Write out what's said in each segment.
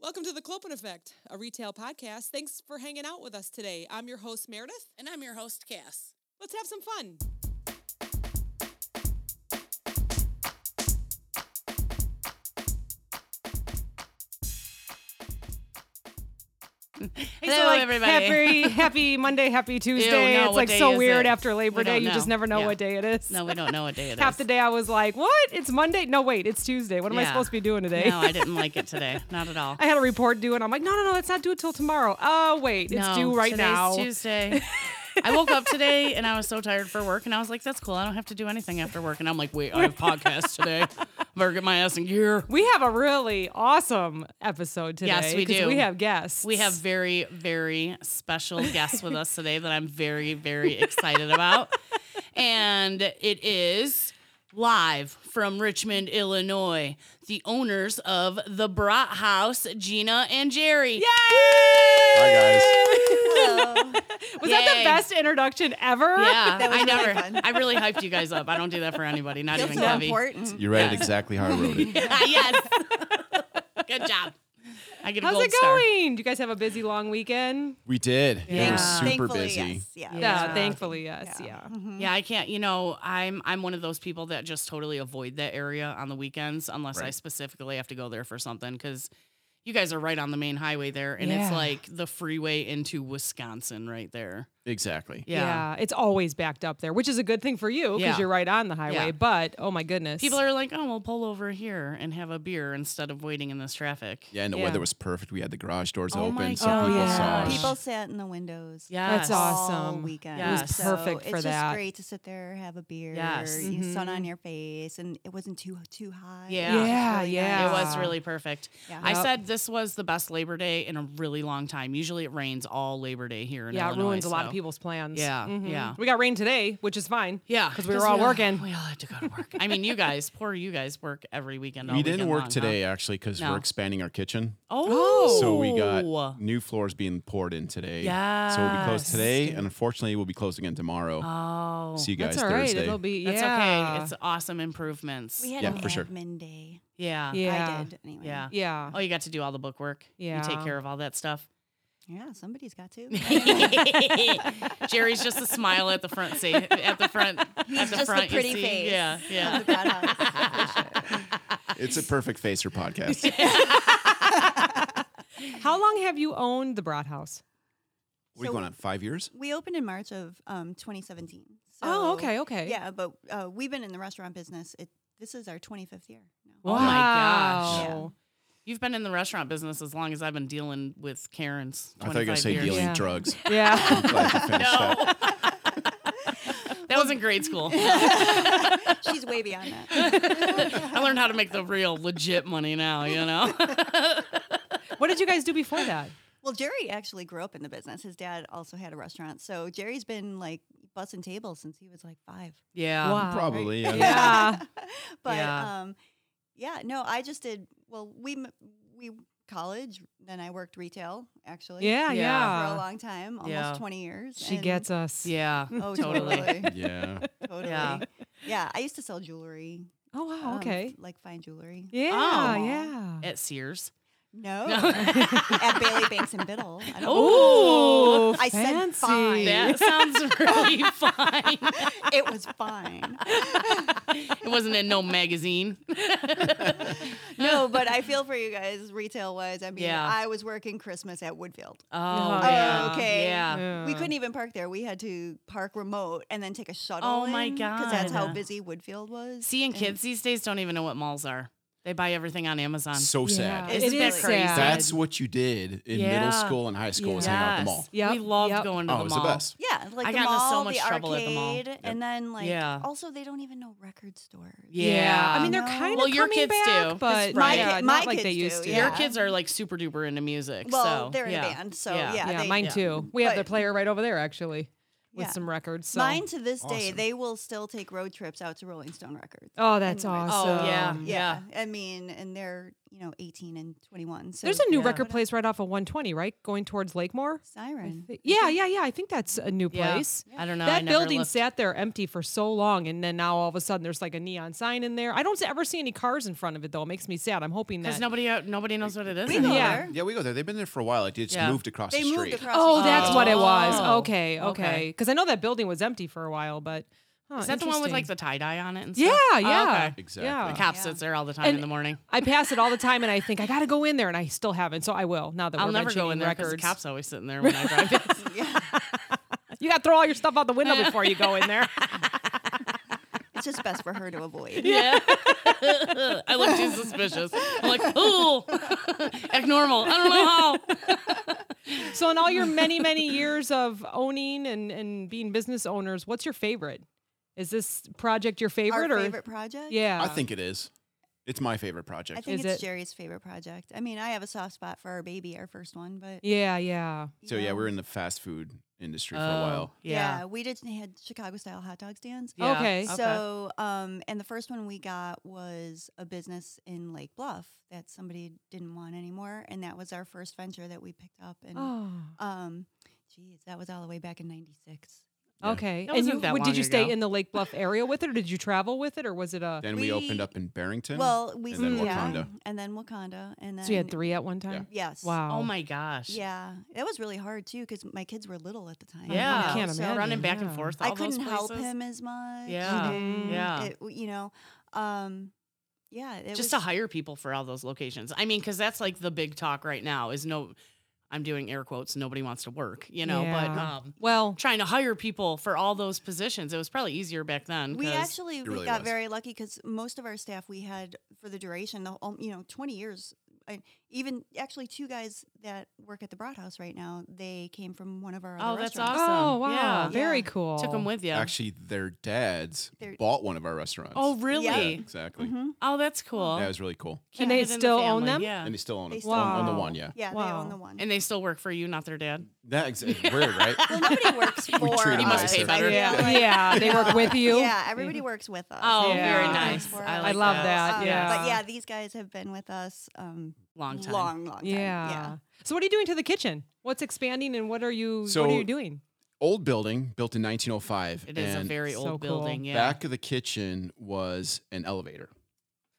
Welcome to the Clopen Effect, a retail podcast. Thanks for hanging out with us today. I'm your host, Meredith. And I'm your host, Cass. Let's have some fun. Hey, so, Hello, like, everybody. Happy, happy Monday, happy Tuesday. no, it's what like day so is weird it? after Labor We Day. don't You just know. never know Yeah. what day it is. No, we don't know what day it is. Half the day I was like, what? It's Monday? No, wait, it's Tuesday. What am I Yeah. supposed to be doing today? No, I didn't like it today. Not at all. I had a report due, and I'm like, no, no, no, let's not do it till tomorrow. Oh, wait, it's No, due right today's now. Tuesday. I woke up today and I was so tired for work, and I was like, "That's cool. I don't have to do anything after work." And I'm like, "Wait, I have podcast today. I better get my ass in gear." We have a really awesome episode today. Yes, we 'cause do. We have guests. We have very, very special guests with us today that I'm very, very excited about, and it is live from Richmond, Illinois. The owners of the Brat House, Gina and Jerry. Yeah. Hi guys. Was that the Yay. best introduction ever? Yeah, That was really I never. fun. I really hyped you guys up. I don't do that for anybody, not even so Kevy. important. You read it exactly how I wrote it. yes. Good job. I get a How's gold it star. going? Do you guys have a busy long weekend? We did. Yeah. It was super Thankfully, busy. Yes. Yeah. Yeah, Yeah. thankfully, yes. Yeah. Mm-hmm. Yeah, I can't. You know, I'm I'm one of those people that just totally avoid that area on the weekends unless I Right. specifically have to go there for something because you guys are right on the main highway there, and it's Yeah. like the freeway into Wisconsin right there. Exactly. yeah. It's always backed up there, which is a good thing for you because Yeah. you're right on the highway. Yeah. But oh my goodness. People are like, oh, we'll pull over here and have a beer instead of waiting in this traffic. Yeah, and the Yeah. weather was perfect. We had the garage doors Oh my open, so gosh. people Oh, saw yeah. us. People sat in the windows. Yes. That's All awesome. weekend. It was So perfect for it's that. just great to sit there, have a beer, Yes. you sun Mhm. on your face, and it wasn't too too hot. Yeah. It was Yeah, really yeah. It nice. was really perfect. Yeah. I Yep. said this was the best Labor Day in a really long time. Usually it rains all Labor Day here in yeah, it Illinois. ruins a lot of so- people's plans. Yeah, Mhm. yeah. We got rain today, which is fine. Yeah, 'Cause we were all working. We all had to go to work. I mean, you guys, poor you guys, work every weekend. all we didn't weekend work long, huh? today actually because No. we're expanding our kitchen. Oh, So we got new floors being poured in today. So we'll be closed Yes. today, and unfortunately, we'll be closing again tomorrow. Oh, See you guys That's all right. Thursday. It'll be that's yeah. okay. It's uh, awesome improvements. We had Yeah, an for sure. admin day. yeah, yeah. I did anyway. yeah. Yeah. Oh, you got to do all the book work. you Yeah. take care of all that stuff. Yeah, somebody's got to. Jerry's just a smile at the front seat, at the front, at the Just front. the pretty you see, face. yeah, yeah. of the bad house. It's a perfect face for podcast. How long have you owned the Brat House? We're So- going on five years. we opened in March of um, 2017. So, oh, okay, okay. Yeah, but uh, we've been in the restaurant business. It, this is our 25th year. now. Oh my gosh. Wow. You've been in the restaurant business as long as I've been dealing with Karens. I thought you were 25 gonna say years. dealing Yeah. drugs. Yeah. I'm glad you finished that. No. that was in grade school. She's way beyond that. I learned how to make the real legit money now, you know? what did you guys do before that? Well, Jerry actually grew up in the business. His dad also had a restaurant. So Jerry's been like bussing tables since he was like five. Yeah. Wow. Probably. Right? Yeah. Yeah. But Yeah. um, yeah, no, I just did. Well, we m- we college, then I worked retail actually. Yeah. Yeah. Yeah. for a long time, almost Yeah. twenty years. She and- gets us. Yeah. oh Totally. totally, totally. Yeah. Yeah. Yeah, I used to sell jewelry. Oh wow. um, Okay. like fine jewelry. Yeah. Oh. Yeah. At Sears. No, No. at Bailey Banks and Biddle. I don't Ooh, I said Oh, fancy. fine. That sounds really fine. it was fine. It wasn't in no magazine. No, but I feel for you guys retail wise. I mean, Yeah. I was working Christmas at Woodfield. Oh, Oh, yeah. okay. Yeah. We Yeah. couldn't even park there. We had to park remote and then take a shuttle. Oh, my Because that's how God. busy Woodfield was. Seeing kids these days don't even know what malls are. They buy everything on Amazon. So sad. Yeah. Isn't It that is crazy? sad. That's what you did in middle Yeah. school and high school was yes. hang out at the mall. Yep, We loved yep. going to Oh, the it was the mall. best. Yeah, like I the got into so mall, much the trouble at the mall. arcade, and then like Yeah. also they don't even know record stores. Yeah. I mean, they're No. kind of Well, your kids back, do. but My yeah, not ki- my like they kids do, used to. yeah. Your kids are like super duper into music. Well, so, they're in yeah. a band, so Yeah. yeah, Yeah, they- mine yeah. too. We have But- their player right over there actually, with Yeah. some records. So. Mine to this day, Awesome. they will still take road trips out to Rolling Stone Records. Oh, that's and, like, awesome. Oh, yeah. Yeah. I mean, and they're you know, 18 and 21. So There's a new yeah. record place right off of 120, right? Going towards Lakemore. Siren. Yeah, yeah, yeah. I think that's a new Yeah. place. I don't know. I That never building looked. sat there empty for so long, and then now all of a sudden there's like a neon sign in there. I don't ever see any cars in front of it though. It makes me sad. I'm hoping that. because nobody uh, nobody knows what it is. We anymore. go Yeah. there. Yeah, we go there. They've been there for a while. Like, they just Yeah. moved across They the moved street. across. oh, the that's street. what it Oh. was. Okay, okay. Okay. Because I know that building was empty for a while, but huh, Is that the one with interesting. like the tie dye on it? And Yeah, stuff? Oh, yeah. okay. Exactly. Yeah. The cop Yeah. sits there all the time in And- the morning. I pass it all the time, and I think I got to go in there, and I still haven't. So I will now that I'll we're never go mentioning in there because the records. cop's always sitting there when I drive. past. Yeah. You got to throw all your stuff out the window before you go in there. It's just best for her to avoid. yeah. I look too suspicious. I'm like, ooh, act normal. I don't know how. So, in all your many, many years of owning and, and being business owners, what's your favorite? Is this project your Our favorite? or favorite project? yeah, I think it is. It's my favorite project. I think Is it's it- Jerry's favorite project. I mean, I have a soft spot for our baby, our first one, but yeah, yeah. you so yeah, know, we were in the fast food industry for Oh, a while. yeah, we did had Chicago style hot dog stands. Yeah. Okay. So, um, and the first one we got was a business in Lake Bluff that somebody didn't want anymore, and that was our first venture that we picked up. And Oh, um, geez, that was all the way back in '96. Yeah. okay. That and wasn't you, that w- long did you stay ago. in the Lake Bluff area with it, or did you travel with it, or was it a? Then we, We- opened up in Barrington. Well, we Mm, and then yeah, Wakanda. and then Wakanda, and then So you had three at one time. Yes. Wow. Oh my gosh. Yeah, that was really hard too because my kids were little at the time. you Yeah. know, I can't so imagine. Running back and Yeah. forth. I all those couldn't help places. him as much. Yeah. Mm-hmm. and Yeah. it- you know, um, yeah. It just was, to hire people for all those locations. I mean, because that's like the big talk right now is no, I'm doing air quotes, nobody wants to work, you know, but Yeah. um, Well, trying to hire people for all those positions, it was probably easier back then. We 'cause- actually we really got was. very lucky because most of our staff we had for the duration, the whole, you know, twenty years. I, even actually, two guys that work at the Broad House right now, they came from one of our. Oh, Other that's restaurants. awesome. oh wow, Yeah. very Yeah. cool. Took them with you. Actually, their dads Their- bought one of our restaurants. oh, really? Yeah, really? exactly. Mhm. Oh, that's cool. That was really cool. And they Keeping it in the still own family, them? Yeah. And they still own, They it. still own, own the own one, it. yeah. Yeah, they Wow. own the one. And they still work for you, not their dad. That ex- weird, right? well, nobody works for treat 'em us. He must pay I better. feel Yeah, like- yeah, they work with you. Yeah, everybody works with us. Oh, Nobody very works nice. for I us. like I love that. that. Um, yeah, But yeah, these guys have been with us um, Long time. long, long time. yeah. So what are you doing to the kitchen? What's expanding, and what are you? what So- are you doing? Old building, built in 1905. It is a and very So old cool. building. Yeah. back of the kitchen was an elevator,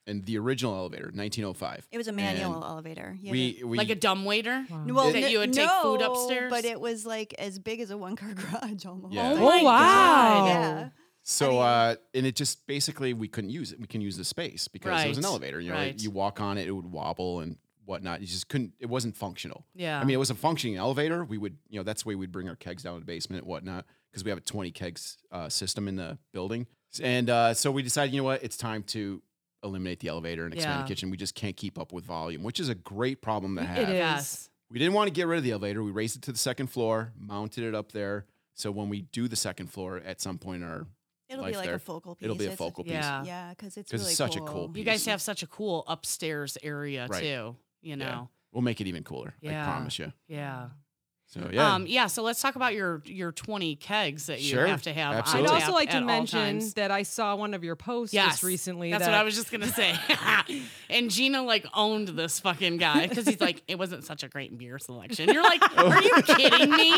and the original elevator, 1905. It was a manual And elevator. You had We, to- we like a dumb waiter. Wow. N- well, that n- you would take food upstairs? But it was like as big as a one car garage almost. Yeah. Oh Oh, my wow. God. Yeah. So, I uh, and it just basically we couldn't use it. We couldn't use the space because it was an Right, elevator. You know, right. you walk on it, it would wobble and whatnot. You just couldn't. It wasn't functional. Yeah. I mean, it was a functioning elevator. We would, you know, that's the way we'd bring our kegs down to the basement and whatnot because we have a 20 kegs uh, system in the building. And uh, so we decided, you know what, it's time to eliminate the elevator and expand Yeah. the kitchen. We just can't keep up with volume, which is a great problem to have. It is. yes. We didn't want to get rid of the elevator. We raised it to the second floor, mounted it up there. So when we do the second floor at some point, our It'll be life like a there. focal piece. it'll be a It's focal piece. Yeah. Yeah, because it's 'Cause really it's such a cool. cool You guys piece. have such a cool upstairs area Right. too. You know. We'll make it even cooler. Yeah. I promise you. Yeah. So yeah, Um, yeah. So let's talk about your your twenty kegs that you Sure. have to have. Absolutely. On I'd tap also like to at all mention times. that I saw one of your posts Yes. just recently. That's that, what I was just gonna say. and Gina like owned this fucking guy because he's like, it wasn't such a great beer selection. You're like, are you kidding me?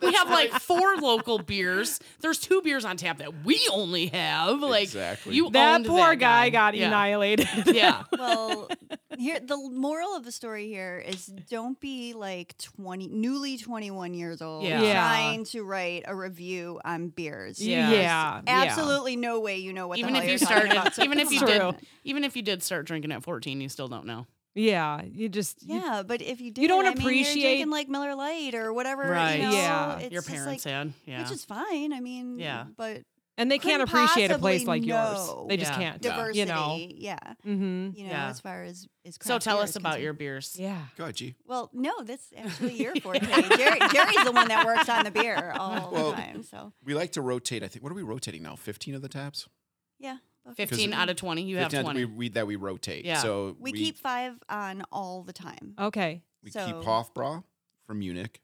We have like four local beers. There's two beers on tap that we only have. Like Exactly. you That owned poor that guy got yeah. annihilated. Yeah. Well, here the moral of the story here is don't be like twenty, newly twenty-one years old, Yeah. Yeah. trying to write a review on beers. Yeah. yeah. Absolutely no way you know what. Even the if hell you you're talking started- about, so even if come you on. did- Even if you did start drinking at 14, you still don't know. Yeah. You just. you- Yeah, but if you did, don't I mean, you're appreciate- drinking, like Miller Lite or whatever. you Right. know, Yeah. it's Your just, like, parents had. Yeah. which is fine. I mean, Yeah. but and they can't couldn't appreciate a place like possibly yours. know. They just Yeah. can't. Yeah. diversity, You know. yeah, Mm-hmm. you know, Yeah. as far as is. so tell us about your beers. Yeah. go ahead, G. Well, no, that's actually your forte. Jerry, Jerry's the one that works on the beer all Well- the time. So We like to rotate. I think what are we rotating now? Fifteen of the taps. yeah, about 15 out of 20. You have 15 that 20. We, we that we rotate. Yeah. So We, keep five on all the time. Okay. we keep so- Hofbräu from Munich.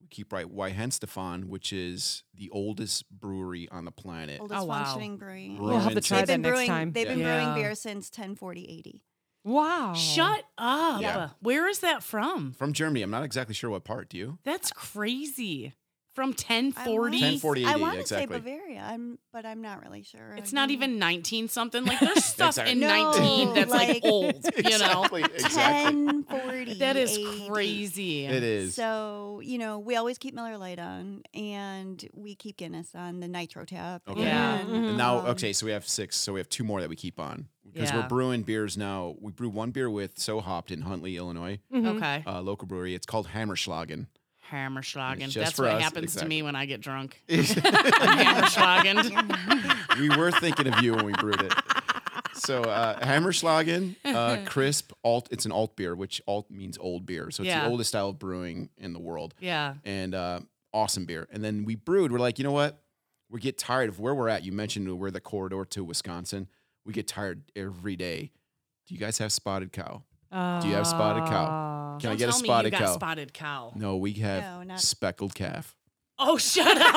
We keep right Weihenstephan, which is the oldest brewery on the planet. Oldest Oh, wow. functioning brewing. We'll have to They've try been that next brewing. time. They've been Yeah. brewing beer since 1040 80. Wow. Shut up. Yeah. Where is that from? From Germany, I'm not exactly sure what part. Do you? That's crazy. From I 1040. wanna- 1040 I AD, want to exactly. say Bavaria, I'm, but I'm not really sure. It's I not don't know. even 19 something. Like there's stuff Exactly. in No, 19 that's like, like- old, you know? exactly, exactly. 1040. That is AD. crazy. It is. So, you know, we always keep Miller Lite on and we keep Guinness on the nitro tap. Okay. Yeah. Mm-hmm. And, And now, um, okay, so we have six. So we have two more that we keep on because Yeah. we're brewing beers now. We brew one beer with So Hopped in Huntley, Illinois, Mhm. Okay. uh, local brewery. It's called Hammerschlagen. Hammerschlagen. It's just That's for what us, happens to exactly. me when I get drunk. I'm Hammerschlagen. we were thinking of you when we brewed it. So uh, Hammerschlagen, uh, crisp alt. It's an alt beer, which alt means old beer. So it's Yeah. the oldest style of brewing in the world, Yeah. and uh, awesome beer. And then we brewed. We're like, you know what? We get tired of where we're at. You mentioned we're the corridor to Wisconsin. We get tired every day. Do you guys have spotted cow? Uh, Do you have spotted cow? Can I Don't get a tell me spotted you got cow? spotted cow. no, we have No, not- speckled calf. Oh, shut up.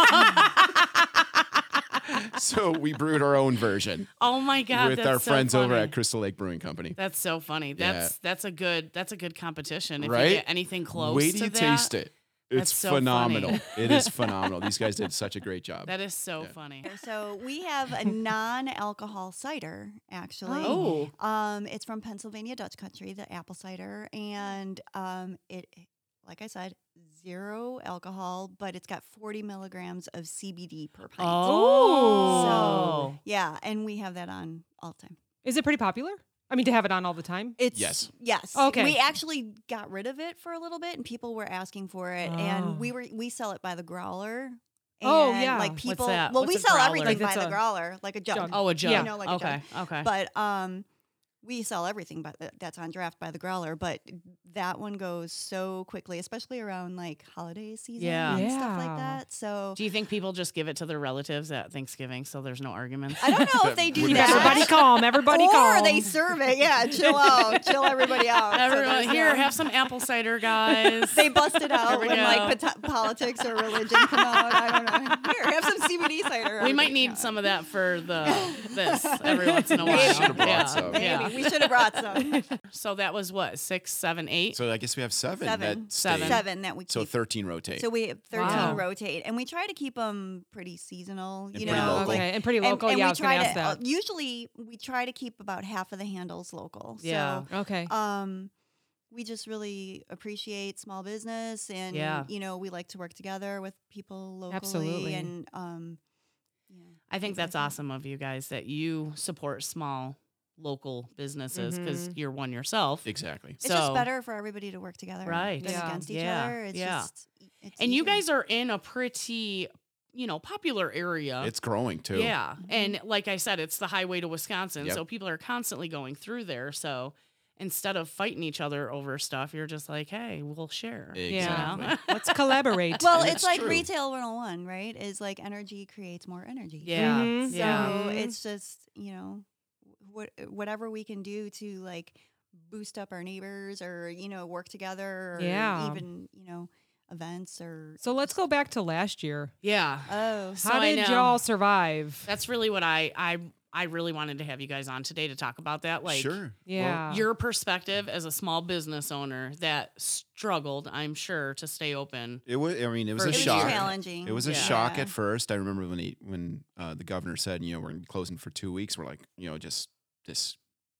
so we brewed our own version oh my god. with that's our so friends over funny. at Crystal Lake Brewing Company. That's so funny. That's that's a good that's a good competition. If Right? you get anything close Wait to till you that, taste it. It's That's so phenomenal. it is phenomenal. These guys did such a great job. That is so Yeah. funny. So we have a non-alcohol cider, actually. Oh. Um, it's from Pennsylvania Dutch country, the apple cider, and um, it, like I said, zero alcohol, but it's got 40 milligrams of CBD per pint. Oh. Yeah, and we have that on all the time. Is it pretty popular? I mean, to have it on all the time. It's Yes. yes. Okay. We actually got rid of it for a little bit, and people were asking for it, Oh. and we were we sell it by the growler. Oh, and, yeah. like What's people. that? Well, What's we a sell growler? everything Like by it's the a- growler, like a jug. Jug. Oh, a jug. You know, like a jug. okay. Okay. But um, we sell everything by the, that's on draft by the growler, but that one goes so quickly, especially around like holiday season Yeah. and Yeah. stuff like that. So Do you think people just give it to their relatives at Thanksgiving so there's no arguments? I don't know if they do Keep Keep that. everybody calm. Everybody or calm. they serve it. Yeah, chill out, chill everybody out. So Everyone there's here, no- have some apple cider, guys. they busted out we when go. like pot- politics or religion come out. I don't know. Here, have some CBD cider. we Everybody- might need no. some of that for the this every once in a Maybe. while. Should've brought yeah. some. Maybe yeah. we should have brought some. So that was what six, seven, eight. So I guess we have seven. Seven. That stayed. Seven. Seven that we keep. So 13 rotate. So we have 13 Wow. rotate, and we try to keep them pretty seasonal. You pretty know, local. like- okay, and pretty and- local. and yeah, we I was going try to ask to, uh, that. Usually, we try to keep about half of the handles local. Yeah. So, okay. um, we just really appreciate small business, and Yeah. you know, we like to work together with people locally, Absolutely. and um, yeah. I think things like that's that. awesome of you guys that you support small local businesses because Mhm. you're one yourself. exactly. Mm-hmm. It's just So- better for everybody to work together, Right. Than Yeah. against each Yeah. other. It's Yeah. just, it's And you easier. guys are in a pretty, you know, popular area. It's growing too. Yeah. And like I said, it's the highway to Wisconsin. Yep. So people are constantly going through there. So instead of fighting each other over stuff, you're just like, hey, we'll share. you know? Exactly. Let's collaborate. Well, And it's it's like true. retail 101, right? Is like energy creates more energy. Yeah. Mhm. Mm-hmm. Mm-hmm. Mm-hmm. So Yeah. Mhm. it's just, you know, what whatever we can do to like boost up our neighbors or, you know, work together or Yeah. even, you know, events or so let's go back to last year. Yeah. Oh, So How I did know. y'all survive? That's really what I, I, I really wanted to have you guys on today to talk about that. Like, uh, sure. yeah. your perspective as a small business owner that struggled, I'm sure, to stay open. It was. I mean, it was For a it was shock. challenging. It was a Yeah. shock Yeah. at first. I remember when he, when uh, the governor said, you know, we're gonna be closing for two weeks. We're like, you know, just this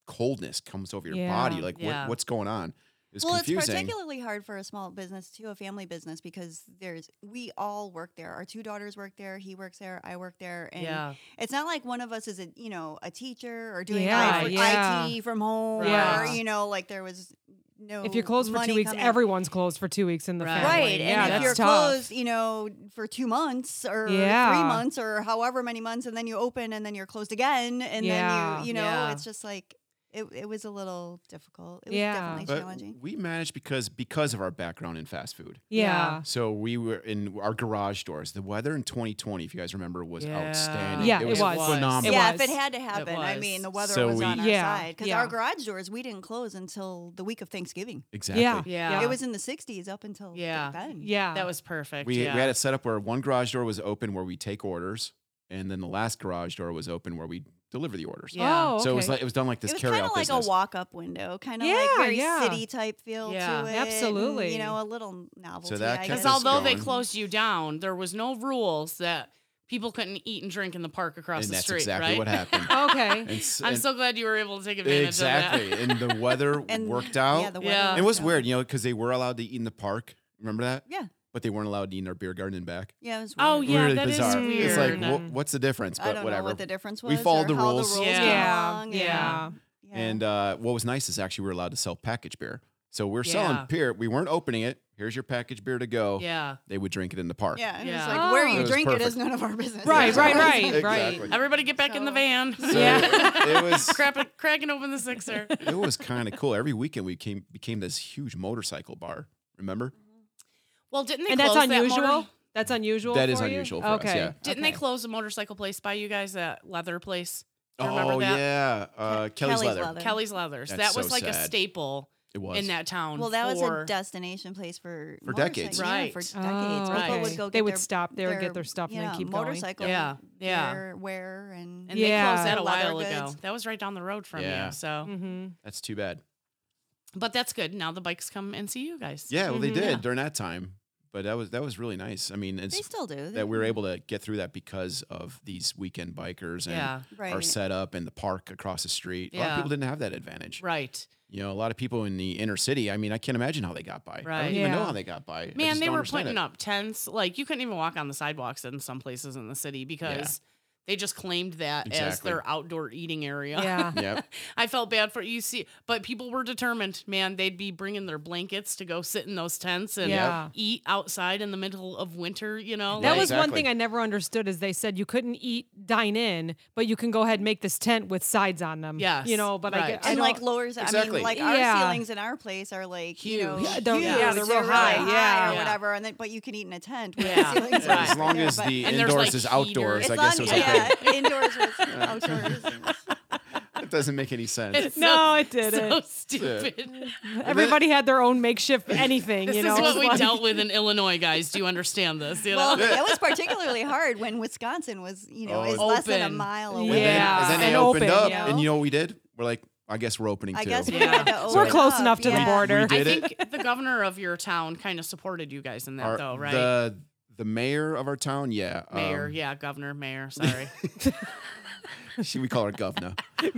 coldness comes over your Yeah. body. Like, Yeah. what, what's going on? It's well, it's confusing. particularly hard for a small business too, a family business, because there's we all work there. Our two daughters work there. He works there. I work there. And yeah. It's not like one of us is a you know a teacher or doing Yeah, I- yeah. IT from home Right. or you know like there was no. if you're closed for two money weeks, coming. everyone's closed for two weeks in the Right. family. right, Yeah, and that's if you're tough. closed, you know for two months or Yeah. three months or however many months, and then you open and then you're closed again, and Yeah. then you you know Yeah. it's just like it, it was a little difficult. It was Yeah. definitely But challenging. we managed because because of our background in fast food. yeah. So we were in our garage doors. The weather in 2020, if you guys remember, was Yeah. outstanding. Yeah, it was. phenomenal. It yeah, if was. it had to happen, I was. mean, the weather So was we- on our Yeah, side because yeah. our garage doors we didn't close until the week of Thanksgiving. Exactly. Yeah. Yeah. It was uh, in the 60s up until Yeah. then. Yeah. That was perfect. We, yeah. we had it set up where one garage door was open where we take orders, and then the last garage door was open where we deliver the orders. Yeah. Oh, okay. So it was like it was done like this it was carry kind out of like business. a walk-up window, kind of like Yeah, very yeah. city type feel Yeah. to it. Absolutely. and, you know, a little novelty. that I kept guess. Because Yes. although they Going. closed you down, there was no rules that people couldn't eat and drink in the park across the and that's street, exactly right? what happened. okay. And s- I'm and- so glad you were able to take advantage of exactly. that. and the weather And- worked out. Yeah, the weather Yeah. worked it was out. weird, you know, because they were allowed to eat in the park. Remember that? Yeah. But they weren't allowed to eat in our beer garden and back. Yeah, it was weird. Oh yeah, really that is bizarre. weird. It's like, weird. wha- what's the difference? But I don't whatever. know what the difference was. We followed or the how rules. The rules Yeah. came Yeah. along, Yeah. yeah. And uh, what was nice is actually we were allowed to sell package beer. So we're selling Yeah. beer. We weren't opening it. Here's your package beer to go. yeah. They would drink it in the park. yeah, and Yeah. it's like where Oh. uh, It you was drink it perfect. is none of our business. Right, right, right, Exactly. right. Everybody get back in the So- van. So it was- Crap, cracking open the sixer. it was kind of cool. Every weekend we came became this huge motorcycle bar. Remember? Well, didn't they And close that's unusual. that motor- that's unusual. That is for you? unusual for us, okay. yeah. didn't okay. they close the motorcycle place by you guys, that leather place? I remember Oh that. yeah, uh, Kelly's, Kelly's leather. Leather. Kelly's Leathers. That's that so was like a sad. staple It was. in that town. Well, that was for- a destination place for For decades. motorcycles. Yeah, Right. for decades, Oh, people okay. would go. Get They would their, stop there, their, get their stuff, and yeah, then keep going. motorcycle. Yeah, yeah. Their wear and, and Yeah. they closed that a Leather while ago. goods. That was right down the road from Yeah. you. So, Mm-hmm. That's too bad. but that's good. Now the bikes come and see you guys. Yeah, well, they Mhm. did Mm-hmm. Yeah. during that time, but that was that was really nice. I mean, they it's still do. They- that we were able to get through that because of these weekend bikers and Yeah. right. our setup and the park across the street. A lot Yeah. of people didn't have that advantage. Right. You know, a lot of people in the inner city. I mean, I can't imagine how they got by. I Right. don't even know Yeah. how they got by. I Man, just they don't were understand putting it. up tents. Like you couldn't even walk on the sidewalks in some places in the city because they just claimed that as Exactly. their outdoor eating area. Yeah. Yep. I felt bad for you see, but people were determined, man, they'd be bringing their blankets to go sit in those tents and Yeah. eat outside in the middle of winter, you know? That Yeah, was one exactly. thing I never understood is they said you couldn't eat dine in, but you can go aget and make this tent with sides on them. Yes, You know, but I right. get, I and know- like lowers. I Exactly. mean, like our Yeah. ceilings in our place are like you know, Huge. Yeah, they're- huge, yeah, they're real really high, yeah. or Yeah. whatever. And then, but you can eat in a tent. with Yeah. the ceilings Right. up As long there, as but- the And there's, indoors like, is heaters. outdoors, I guess it As long- was okay. yeah, indoors was outdoors. It doesn't make any sense. It's No, so- it So didn't. stupid. Everybody had their own makeshift anything. This you know, is what It's we like- dealt with in Illinois, guys. Do you understand this? You Well, know? that was particularly hard when Wisconsin was, you know, Oh, is it's- less than a Open. mile Yeah. And away. then, and then And they opened open, up, you and know? you know what we did? We're like, I guess we're opening I too. guess we Yeah. had to So open We're close up, enough to the yeah. border. did I it. think the governor of your town kind of supported you guys in that, Our- though, right? The the mayor of our town, yeah, mayor, um, yeah, governor, mayor. Sorry, she, we call her governor.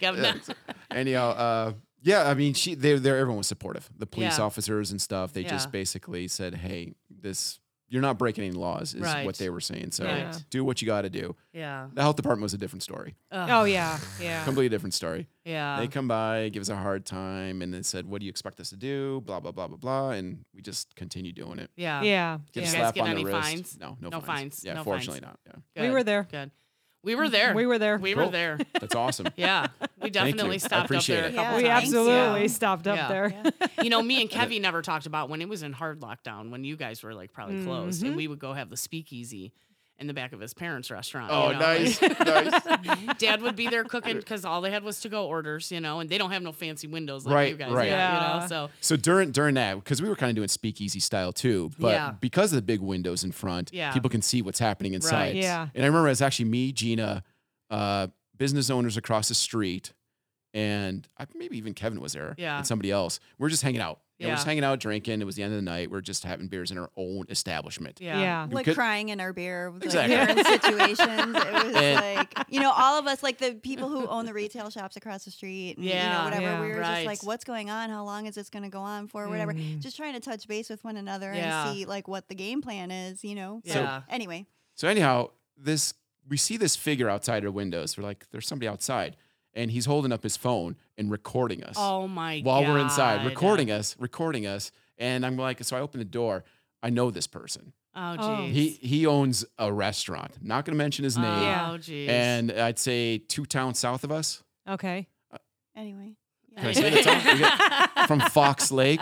governor. Anyhow, uh, yeah, I mean, she, they, they, everyone was supportive. The police Yeah. officers and stuff. They Yeah. just basically said, "Hey, this, you're not breaking any laws," is Right. what they were saying. So Right. do what you got to do. Yeah. The health department was a different story. Ugh. Oh yeah, yeah. Completely different story. yeah. they come by, give us a hard time, and they said, "What do you expect us to do?" Blah blah blah blah blah, and we just continue doing it. yeah. yeah. Get Yeah. a You guys slap get on any the wrist. fines? No, no, No fines, Yeah, no fortunately not. Good, We were there. Good. We were there. We were there. We Cool. were there. Yeah, that's awesome. Yeah. We you. I definitely stopped up appreciate there it. a couple Yeah. We Thanks, times. absolutely yeah. stopped up Yeah. there. You know, me and Kevy never talked about when it was in hard lockdown when you guys were like probably closed Mm-hmm. and we would go have the speakeasy in the back of his parents' restaurant. you Oh, know, like- nice, nice. Dad would be there cooking because all they had was to go orders, you know, and they don't have no fancy windows like Right, you guys, right. have, you Yeah. know. So So during during that, because we were kind of doing speakeasy style too, but Yeah. because of the big windows in front, Yeah. people can see what's happening inside. Yeah. And I remember it was actually me, Gina, uh, business owners across the street, and I, maybe even Kevin was there. Yeah. And somebody else. We are just hanging out. You know, we're just Yeah. hanging out, drinking. It was the end of the night. We are just having beers in our own establishment. yeah, Yeah. We Like could- crying in our beer with Exactly. like current situations. It was And- like you know, all of us, like the people who own the retail shops across the street, and, Yeah, you know, whatever. yeah, we were right. just like, what's going on? How long is this going to go on for? Whatever. Mm. Mhm. Just trying to touch base with one another Yeah. and see like what the game plan is. You know. yeah. So- Anyway, So anyhow, this we see this figure outside our windows. We're like, there's somebody outside, and he's holding up his phone and recording us. oh my while we're inside, God. recording us, recording us. And I'm like, so I open the door. I know this person. Oh Oh. jeez. He he owns a restaurant. Not gonna mention his oh, name. Yeah. jeez. And I'd say two towns south of us, Okay. anyway. Can I say the town? We from Fox Lake.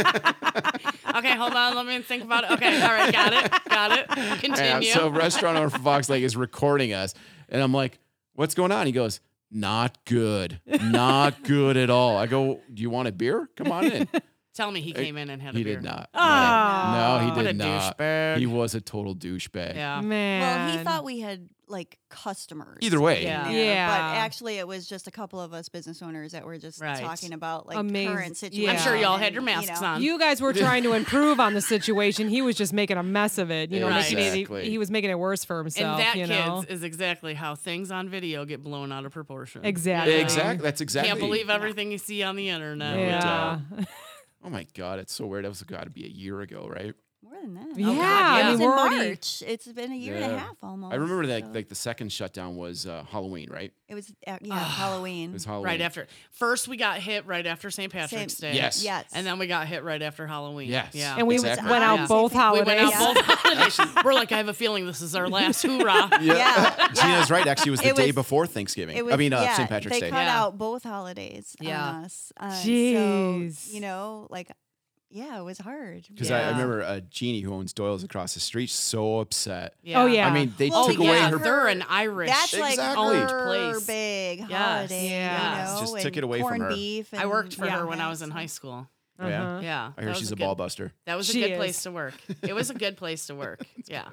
okay, hold on. Let me think about it. Okay, all right, got it, got it. And Continue. so restaurant owner from Fox Lake is recording us. And I'm like, what's going on? He goes, not good. Not good at all. I go, do you want a beer? Come on in. Tell me he came in and had He a beer. Ah. did not. No. Oh. No, he What a did not. douchebag. He was a total douchebag. yeah. Man. Well, he thought we had like customers. Either way, Yeah. there, Yeah. But actually, it was just a couple of us business owners that were just Right. talking about like Amazing. current situation. Yeah. I'm sure y'all had and, your you masks know. on. You guys were trying to improve on the situation. He was just making a mess of it. You know, making it, e-, Exactly. he was making it worse for and himself. that, you know, kids, is exactly how things on video get blown out of proportion. Exactly. exactly. That's exactly. Can't believe everything you see on the internet. we yeah, Oh my god, it's so weird. That was got to be a year ago, right? More than that. yeah. God, yeah. I It mean, was we're in already. March. It's been a year and Oh, Yeah. a half almost. I remember that so- like the second shutdown was uh, Halloween, right? it was uh, yeah Ah, Halloween. It was Halloween. Mm-hmm. Right after. First, we got hit right after St. Patrick's Same- Day. Yes. Yes. And then we got hit right after Halloween. Yes. Yeah. And we Exactly. went out Yeah. both We went out we holidays. went out Yeah. both holidays. We're like, I have a feeling this is our last hoorah. Yeah. Yeah, Gina's right. Actually, it was the It day was- before Thanksgiving. It was, I mean, uh, yeah, St. Patrick's they Day. cut Yeah. out both holidays Yeah. on us. Uh, so, Jeez. you know, like, yeah, it was hard. Because I, Yeah. I remember uh, Jeannie, who owns Doyle's across the street, so upset. Oh, yeah. I mean, they Well, took oh, away yeah, her. they're an Irish. That's like Exactly. her place. big Yes. holiday. Yeah. You know, Just and took it away from corned her. Beef I worked for and her when I that, was in so- high school. Yeah. Uh-huh. Yeah. I hear that she's was a, good- ball buster. That was a She good is. place to work. It was a good place to work. yeah.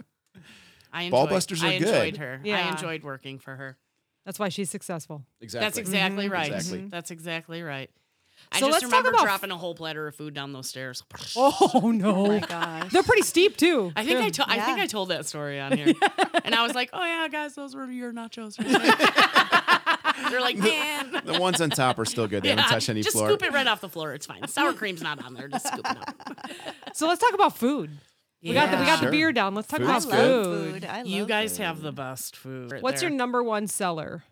I enjoyed, Ball busters I are good. enjoyed her. I Yeah. enjoyed working for her. That's why she's successful. Exactly. That's exactly right. Exactly. That's exactly right. I Mm-hmm. So just let's talk remember about- dropping a whole platter of food down those stairs. Oh Oh no, my gosh. they're pretty steep too. I think I, They're- to- I think Yeah. I told that story on here, and I was like, "Oh yeah, guys, those were your nachos." right there." They're like, "Man, The ones on top are still good. They yeah, haven't touched any just floor. scoop it right off the floor. It's fine. Sour cream's not on there. Just scoop it up." so. Let's talk about food. We got the, we got Sure. the beer down. Let's talk Food's about I That's love food. food. I love You guys food. have the best food. right What's there. your number one seller?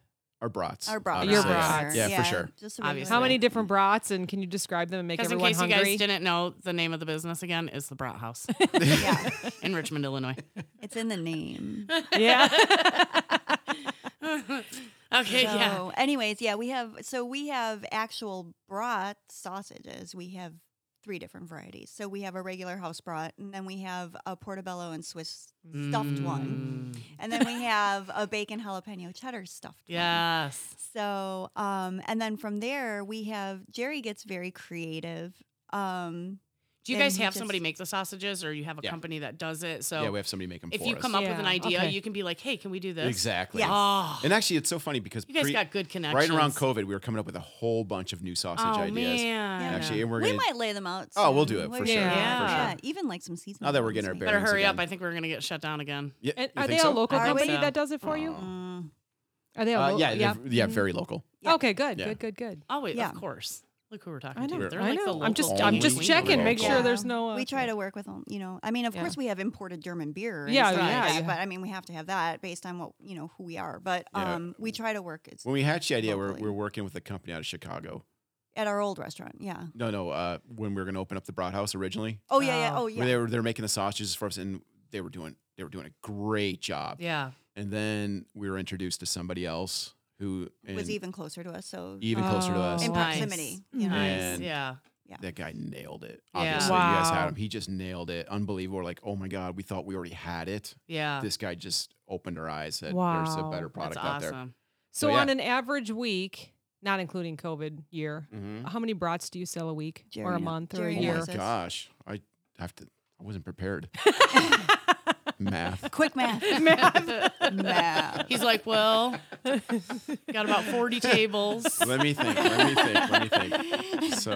Our brats. our brats. obviously. Your brats. Yeah, for sure. Just Obviously. How many different brats and can you describe them and make Because in everyone case you hungry? guys didn't know, the name of the business again is the Brat House different? yeah, in Richmond, Illinois. it's in the name. yeah. Okay, so, yeah. anyways, yeah, we have so we have actual brat sausages. We have three different varieties. So we have a regular house brat, and then we have a portobello and Swiss stuffed Mm. one, and then we have a bacon jalapeno cheddar stuffed. one. Yes. So, um, and then from there we have Jerry gets very creative. Um, Do you And guys he have somebody just- make the sausages, or you have a Yeah. company that does it? So Yeah, we have somebody make them if for you us. come up with an Yeah, idea, okay. you can be like, "Hey, can we do this?" exactly. Yeah. Oh, And actually, it's so funny because you guys pre- got good right connections. around COVID, we were coming up with a whole bunch of new sausage oh, ideas. Man. Yeah. Actually, and we're we gonna might lay them out. Oh, we'll soon. do it, for We're- sure, for sure. yeah, even like some season. Now that we're getting our bear- Better hurry up. again. I think we're gonna get shut down again. Yeah, And you are they think a so? local I think company so. that does it for you? Oh. mm. Are they a Uh, local? yeah, they're- yeah, very local. Yeah. Okay, good, Yeah. good, good, good. Oh wait, Yeah. of course. Look who we're talking I know. to. We're- They're I like the know. I'm just local I'm just Wheaties. checking, make local. sure there's no. Uh, we try to work with, um, you know, I mean, of Yeah. course we have imported German beer. and Yeah, stuff like yeah, that, yeah. But I mean, we have to have that based on what you know who we are. But Yeah. um, we try to work it's When we hatched the idea, we're, Locally. we're working with a company out of Chicago. at our old restaurant. Yeah. No, no. Uh, when we were going to open up the Brat House originally, Oh yeah, yeah. Oh. Oh where they yeah. were they're making the sausages for us, and they were doing they were doing a great job. Yeah. And then we were introduced to somebody else who Was and even closer to us, so even closer to Oh. us. in Nice. proximity. You know? Nice. And- Yeah. That guy nailed it. Yeah. Obviously, you guys had Wow. him. He just nailed it. Unbelievable. We're like, oh my god, we thought we already had it. Yeah. This guy just opened our eyes that there's a Wow. better That's product out there. awesome. so Oh, so, yeah. on an average week, not including COVID year, Mhm. Mm-hmm. how many brats do you sell a week, or Jerry a kno- month, or a Jerry Oh year? knows. my Yes. gosh, I have to. I wasn't prepared. Math. Quick math. math. He's like, well, got about 40 tables. Let me think. Let me think. Let me think. So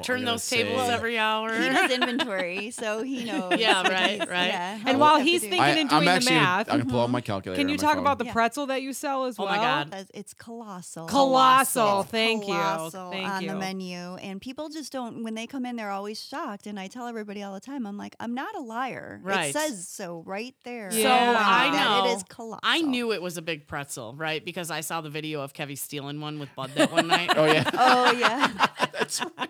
I'm Turn gonna those tables say- every hour. He does inventory, so he knows. Yeah, what right, he's- right. yeah, And what while we have to he's do. thinking- and doing I'm the actually. math. Mm-hmm. I'm gonna pull out my calculator. Can on you my talk phone. about the Yeah. pretzel that you sell as Oh well? my God. Because it's colossal. Colossal. It's Thank you. colossal Thank on you. the menu, and people just don't. When they come in, they're always shocked. And I tell everybody all the time, I'm like, I'm not a liar. Right. It says so right there. So on I that know- it is colossal. I knew it was a big pretzel, right? Because I saw the video of Kevy stealing one with Bud that one night. Oh yeah. Oh yeah. That's right.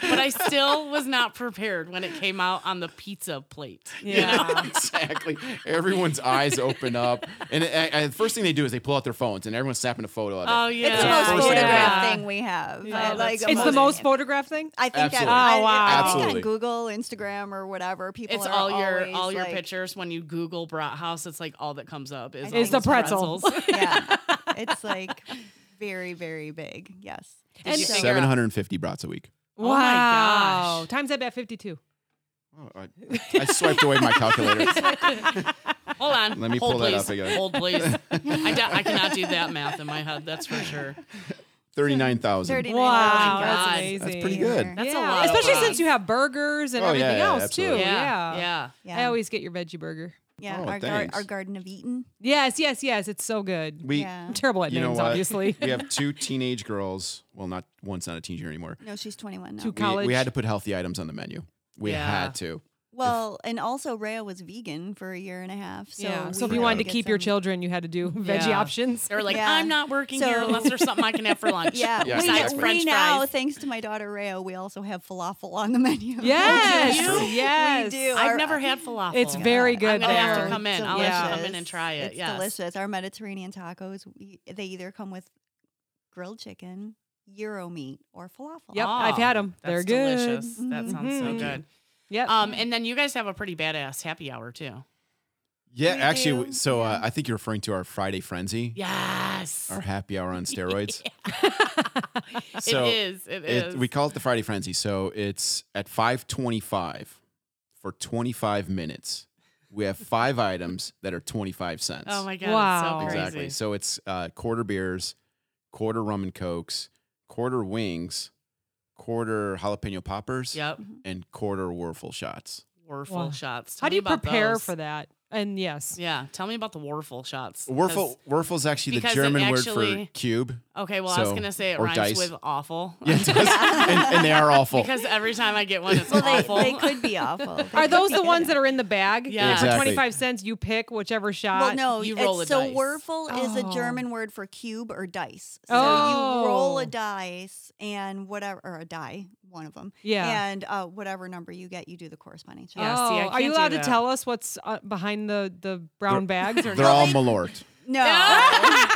But I still was not prepared when it came out on the pizza plate. Yeah. exactly. Everyone's eyes open up, and I- I- the first thing they do is they pull out their phones, and everyone's snapping a photo of it. Oh, yeah. It's the Yeah. most photographed Yeah. thing we have. Yeah, I Uh, like that's It's the Amazing. most photographed thing. I think Absolutely. that. I, Oh, I wow. think Absolutely. on Google, Instagram, or whatever, people It's are all your always, all your like- pictures when you Google Brat House. It's like all that comes up is, I all think Is the those pretzel. pretzels. Yeah, it's like very very big. Yes. Did And you so- figure out- 750 brats a week. Oh my gosh. Wow. Times that by 52. Oh, I, I swiped away my calculator. Hold on. Let me Hold, pull that please. up again. Hold, please. I, doubt- I cannot do that math in my head. That's for sure. Thirty-nine thousand. Thirty-nine Wow. thousand that's God. amazing. That's pretty good. That's a Yeah, lot of Especially fries. since you have burgers and Oh, yeah, everything yeah, else, absolutely. too. Yeah. Yeah. Yeah. I Yeah, always get your veggie burger. yeah. Oh, our, gar- thanks. our garden of Eden. Yes, yes, yes. It's so good. We yeah. I'm terrible at You know names, what? obviously. we have two teenage girls. Well, not one's not a teenager anymore. No, she's twenty-one now. Two We- We, College. had to put healthy items on the menu. We Yeah. had to. Well, and also Rhea was vegan for a year and a half. So yeah. we So if had you wanted to get keep your some- children, you had to do veggie Yeah. options. They're like, Yeah. I'm not working So- here unless there's something I can have for lunch. Yeah, Yeah, we, exactly. we French now, fries. thanks to my daughter Rhea, we also have falafel on the menu. Yes. You do? Yes. we do. I've Our- never had falafel. It's very I'm good gonna have there. to come in. I'll Delicious. have to come in and try it. It's yes. delicious. Our Mediterranean tacos, we, they either come with grilled chicken, gyro meat, or falafel. Yep, I've had 'em. Oh, that's They're good. Delicious. That sounds so Mhm. good. Yep. Um, and then you guys have a pretty badass happy hour too. Yeah, We actually. do, w So uh, yeah. I think you're referring to our Friday frenzy, Yes, our happy hour on steroids. it So is. It it, is. we call it the Friday frenzy. So it's at 5:25 for 25 minutes. We have five items that are 25 cents. oh my god! Wow. It's so Exactly. crazy. So it's uh, quarter beers, quarter rum and cokes, quarter wings, quarter jalapeno poppers, Yep. and quarter Werfel shots. Warfel Wow. shots. Tell How do me you about prepare those. for that? And yes. Yeah. Tell me about the Warfel shots. 'cause- Werfel Werfel is actually the because it German word actually- for cube. Okay. Well, I was So- gonna say it or rhymes dice. with awful. Yeah, it does. and, and they are awful. because every time I get one, it's Well, awful. they, they could be awful. They Are could those be the good. ones that are in the bag? Yeah. For Exactly. 25 cents, you pick whichever shot. Well, no, You it's- roll a so dice. werfel is a Oh. German word for cube or dice. So you roll Oh. a dice and whatever, or a die, one of them. Yeah. And uh, whatever number you get, you do the corresponding shot. Yeah, see, I Oh, are can't you do allowed to that. tell us what's uh, behind the, the brown bags or They're not? all Malort. No.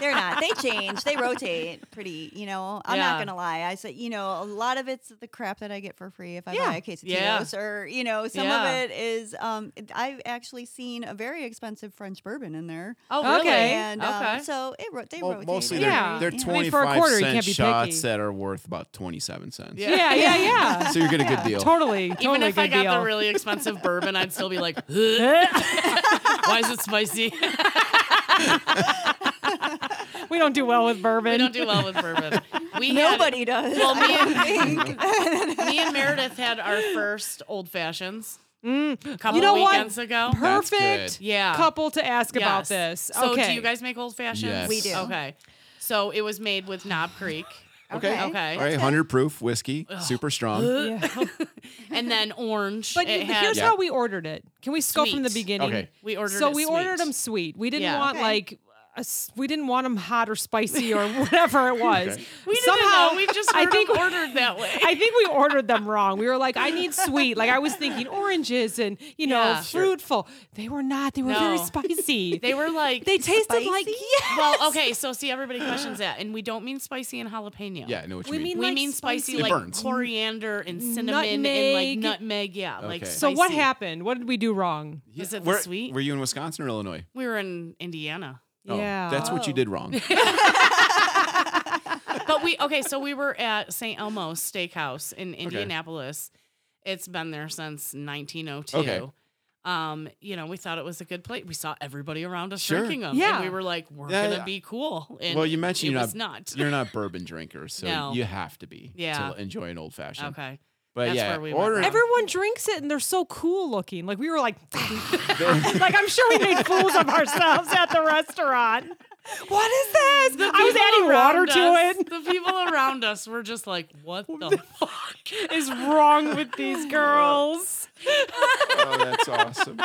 They're not. They change. They rotate pretty, you know. I'm Yeah. not going to lie. I said, you know, a lot of it's the crap that I get for free if I Yeah. buy a case of Yeah. Tito's or, you know, some Yeah. of it is um it- I've actually seen a very expensive French bourbon in there. oh, really? Okay. And um, okay. so it ro- they Mo- rotate. mostly it. they're, Yeah. they're Yeah. I mean, 25 for a quarter, you cent can't be shots picky. that are worth about 27 cents. Yeah. yeah, yeah, yeah. So you get a good deal. totally, totally Even if good I got deal. the really expensive bourbon, I'd still be like, why is it spicy? we don't do well with bourbon. we don't do well with bourbon. We had- Nobody does. Well, I me don't and- think. me and Meredith had our first old fashions a couple Mm. You know what? weekends ago. That's good. Perfect Yeah. couple to ask about Yes. this. So okay. do you guys make old fashions? Yes. We do. Okay. So it was made with Knob Creek. Okay. Okay. All Okay. right, 100 proof whiskey, super strong. Yeah. And then orange. But it had- here's Yeah. how we ordered it. Can we go from the Sweet. beginning? Okay. we ordered so it we sweet. ordered them sweet. We didn't Yeah. want Okay. like a s- we didn't want them hot or spicy or whatever it was. Okay. We didn't Somehow know. We just I heard think them we- ordered that way. I think we ordered them wrong. We were like, I need sweet. Like I was thinking oranges and you know Yeah. Sure. fruitful. They were not. They were very No. spicy. they were like They tasted like Spicy? yes. Well, okay, so see everybody questions that. And we don't mean spicy and jalapeno. Yeah, I know what you We mean. mean We like mean spicy spicy. It like burns. coriander and cinnamon and Nutmeg. like nutmeg. Yeah, like Okay. So what spicy. happened? What did we do wrong? Yeah. Is it the Where- sweet? Were you in Wisconsin or Illinois? We were in Indiana. Oh, yeah. That's what you Oh. did wrong. But we okay, so we were at St. Elmo's Steakhouse in Indianapolis. It's been there since 1902. Okay. Um, you know, we thought it was a good place. We saw everybody around us Sure. drinking them. Yeah. And we were like, we're Yeah, gonna yeah. be cool. And well, you mentioned it you're was not, not. you're not bourbon drinkers, so No. you have to be Yeah. to enjoy an old fashioned. okay. But That's yeah, where we went ordering wrong. Everyone drinks it and they're so cool looking. Like we were like, like I'm sure we made fools of ourselves at the restaurant. What is this? The I was people adding around water us- to it. The people around us were just like, what the fuck? Is wrong with these girls oh, that's awesome.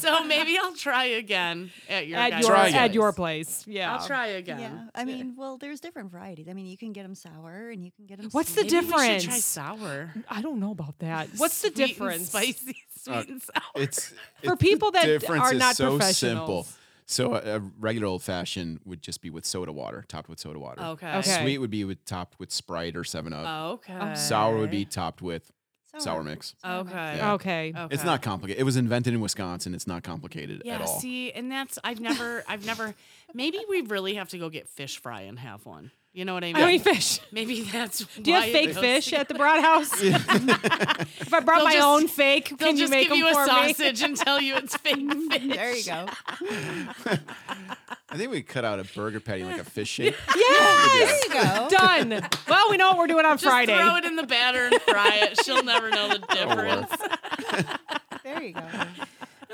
So maybe I'll try again at your at guys' your Try at guys. your place? Yeah. I'll try Yeah, again. I mean, well, there's different varieties. I mean, you can get them sour and you can get them. What's the Maybe we should try difference? sour. I don't know about that. What's the Sweet and difference? Spicy, sweet Uh, and sour. It's For it's- people that the difference are is not so simple. professionals. So a, a regular old fashioned would just be with soda water, topped with soda water. Okay. Okay. Sweet would be with topped with Sprite or Seven Up. Okay. Sour would be topped with sour mix. Sour Okay. mix. Yeah. Okay. okay. Oh, It's not complicated. It was invented in Wisconsin. It's not complicated Yeah. at all. See, and that's I've never, I've never. Maybe we really have to go get fish fry and have one. You know what I mean? How many fish? Maybe that's. Do you have why fake those- fish at the Broad House? if I brought They'll my just- own fake, They'll can you just make give them you a for me? sausage and tell you it's fake fish. There you go. I think we cut out a burger patty like a fish shape. Yes, There you go. done. Well, we know what we're doing on Just Friday. throw it in the batter and fry it. She'll never know the Oh, difference. There you go.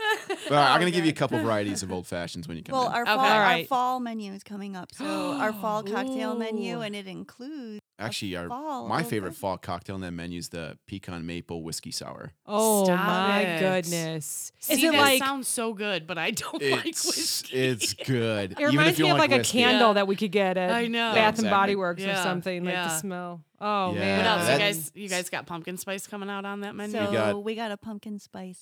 All right, I'm gonna give you a couple varieties of old fashions when you come Well, in. our fall, Okay. our Alright. fall menu is coming up. So our fall cocktail menu, Ooh. and it includes Actually, our fall my old favorite fashion. fall cocktail in that menu is the pecan maple whiskey sour. oh Stop my it. goodness! See, Is it that like? sounds so good, but I don't like It's whiskey. it's good. It reminds me of like, a candle that we could get at I know. Bath Yeah, and exactly. Body Works or Yeah, something. Like yeah. the smell. Oh Yeah. man! What else? that- you guys, you guys got pumpkin spice coming out on that menu. So got- we got a pumpkin spice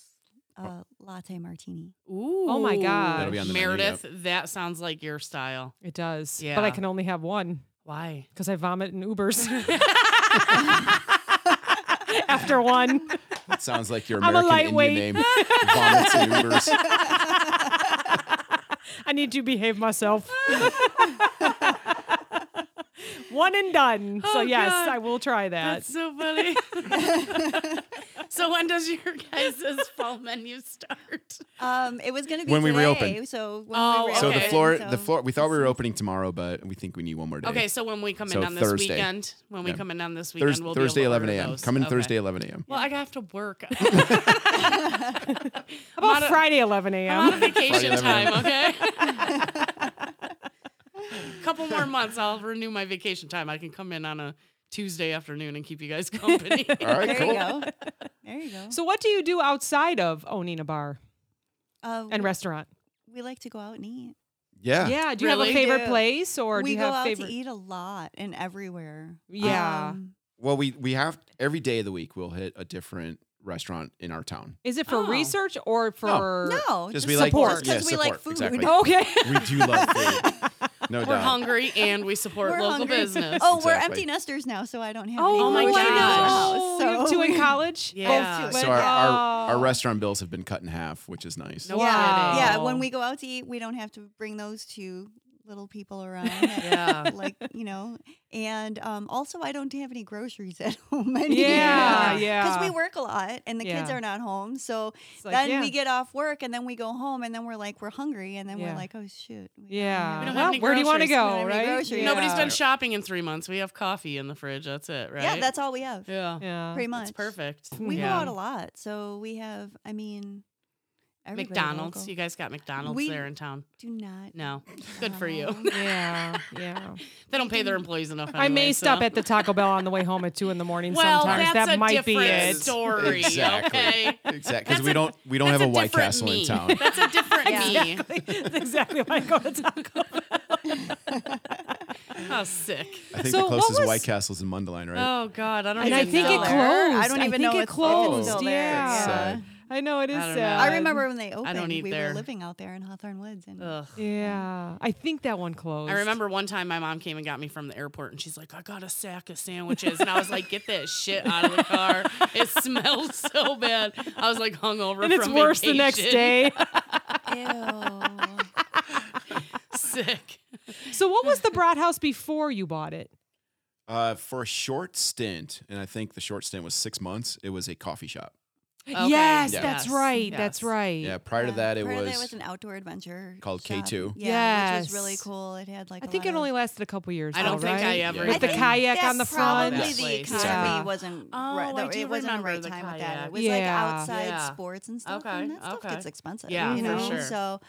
uh, latte martini. Ooh. Oh my gosh. That'll be on the menu, Meredith, that sounds like your style. It does. But I Yeah. can only have one Why? because I vomit in Ubers. After one. That sounds like your I'm a American lightweight. Indian name. Vomits and Ubers. I need to behave myself. one and done. so Oh, yes, God. I will try that. That's so funny. so when does your guys' fall menu start? Um, it was going to be When we today, reopen. So when Oh, we okay. So the reopen, floor, so- the floor. We thought we were opening tomorrow, but we think we need one more day. Okay, so when we come in So on this Thursday. weekend, when we Yeah. come in on this weekend, Thurs- we'll Thursday, be able to 11 order a.m. those. Come in Okay. Thursday, 11 a.m. Well, I have to work. How about Mata- Friday 11 I'm on a.m.? vacation Friday, 11 time, okay? Couple more months, I'll renew my vacation time. I can come in on a Tuesday afternoon and keep you guys company. All right, There cool. you go. There you go. So what do you do outside of owning a bar Uh, and restaurant? we like to go out and eat. Yeah. Yeah. Do you have Really? a favorite Yeah. place or do we you go have out favorite? to eat a lot and everywhere. Yeah. Um, Well, we we have every day of the week we'll hit a different restaurant in our town. Is it for Oh. research or for no, Just just we we like- support. just Just 'cause yeah, we like support, food. exactly. Okay. We do love food. No doubt. We're hungry and we support We're local hungry. business. Oh, we're Exactly. empty nesters now, so I don't have. Oh, any my food in the gosh. house, You have so two in we- college? Yeah. Both So two- our, our, our Oh. restaurant bills have been cut in half, which is nice. No Yeah, yeah. Wow. When we go out to eat, we don't have to bring those two little people around. Yeah. like you know, and um, also I don't have any groceries at home anymore. Yeah, Because yeah. we work a lot, and the kids Yeah. are not home, so It's like, then yeah. we get off work, and then we go home, and then we're like we're hungry, and then Yeah. we're like oh shoot. we don't Yeah. have- We don't Well, have any where do you want to groceries. We don't go, have any right? groceries. Nobody's Yeah. been shopping in three months. We have coffee in the fridge. That's it, right? Yeah, that's all we have. yeah. Yeah. Pretty much. That's perfect. We yeah. go out a lot, so we have. I mean, everybody McDonald's. local. You guys got McDonald's We- there in town. do not. No. Good for you. Um, Yeah. Yeah. They don't pay their employees enough. I may anyway, stop so. at the Taco Bell on the way home at two in the morning Well, sometimes. that's that a might be it. different story. Sorry, Exactly. okay? Exactly. Because That's we a- don't we don't that's have a, a White different Castle me. in town. That's a different me. Exactly. That's exactly why I go to Taco Bell. How sick. I think So the what closest was- White Castle's in Mundelein, right? Oh God, I don't And even I think know. it still there. closed. I don't even think know it it's- if it's closed. still there. yeah. It's sad. I know it is don't know. sad. I remember when they opened, eat we there. were living out there in Hawthorne Woods, and Ugh. Yeah. I think that one closed. I remember one time my mom came and got me from the airport, and she's like, "I got a sack of sandwiches," and I was like, "Get that shit out of the car! It smells so bad." I was like hungover, And it's from worse the next vacation. day. ew. Sick. so what was the Brat House before you bought it? Uh, for a short stint, and I think the short stint was six months. It was a coffee shop. Okay, Yes, Yeah. that's yes, right. That's yes. right. Yeah. Prior to Yeah, that, it prior was, to that, an outdoor adventure called shop. K2. Yeah, which Yes. was really cool. It had like I a think lot it only of, lasted a couple years. I though, don't think right? I ever. With I the think kayak on the that's front. Probably That the place, economy yeah. wasn't Oh, right. I the- do it wasn't remember a right the time with that. kayak. It was like Yeah. outside Yeah. sports and stuff, Okay, and that stuff okay. gets expensive. Yeah, you for know. sure. So,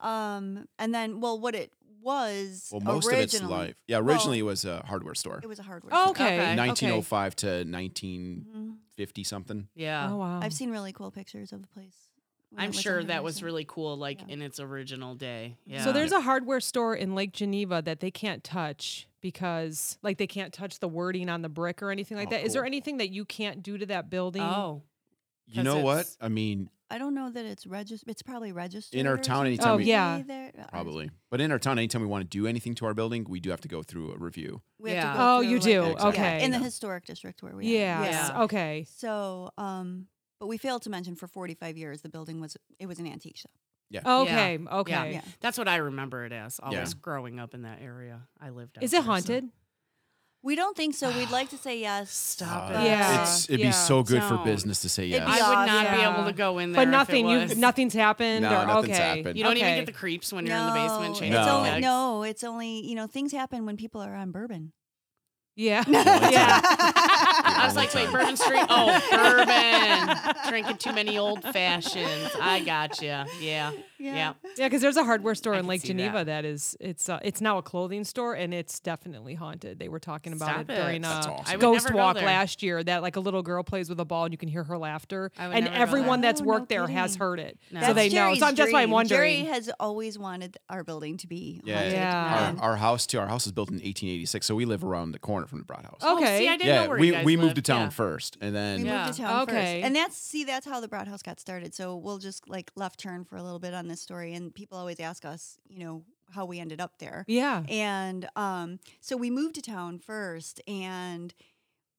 um, and then well, what it was well, most of originally, it's live. Yeah. well, Originally, it was a hardware store. it was a hardware. Oh, store. okay. Okay. okay. 1905 to 1950 Mhm. something. Yeah. Oh wow. I've seen really cool pictures of the place. when it I'm was sure under that was renovation. really cool, like Yeah. in its original day. Yeah. So there's a hardware store in Lake Geneva that they can't touch because like they can't touch the wording on the brick or anything like Oh, that. Is there cool. anything that you can't do to that building? oh You know what? Because I mean, I don't know that it's registered. It's probably registered our or town, something. anytime Oh, we- yeah. Maybe there- uh, probably. But in our town, anytime we want to do anything to our building, we do have to go through a review. we have to Yeah. go Oh, you through, do. like, a- yeah, Okay. in the Yeah. historic district where we are. Yes. Yeah. Okay. So, um, but we failed to mention for 45 years the building was it was an antique shop. Okay. Okay. Yeah. that's what I remember it as. Always Yeah. growing up in that area, I lived. out Is there, it so- haunted? We don't think so. We'd like to say yes. Stop Uh, it. Yeah. It's, it'd be yeah. so good for Don't. business to say It'd yes. be I would not be Yeah. able to go in there. But nothing, If it you was. nothing's happened. No, or, nothing's okay. happened. You don't even Okay. get the creeps when you're in the basement changing It's No. only, bags. no, it's only, you know, things happen when people are on bourbon. Yeah. it's yeah. I was like, wait, Only Bourbon Street? Oh, Bourbon. Drinking too many old fashions. I gotcha. Yeah. Yeah. Yeah, because there's a hardware store I in can Lake see that. Geneva that is it's uh, it's now a clothing store and it's definitely haunted. They were talking about Stop it during it. That's uh, awesome. I would Ghost never go Walk there. last year. That like a little girl plays with a ball and you can hear her laughter, I would and never go everyone there. that's Oh, no worked there has kidding. heard it, so That's they know. Jerry's So I'm just why I'm dream. Jerry wondering. has always wanted our building to be Yeah. haunted. Um, Yeah. Our, And- our house too. Our house was built in 1886, so we live around the corner from the Broad House. Oh, Okay. see, I didn't yeah, know where we you guys we moved lived. to town Yeah. first, and then We Yeah. moved to town Okay. first. And that's see, that's how the Broad House got started. So we'll just like left turn for a little bit on this story. And people always ask us, you know, how we ended up Oh, there. yeah. And um, so we moved to town first, and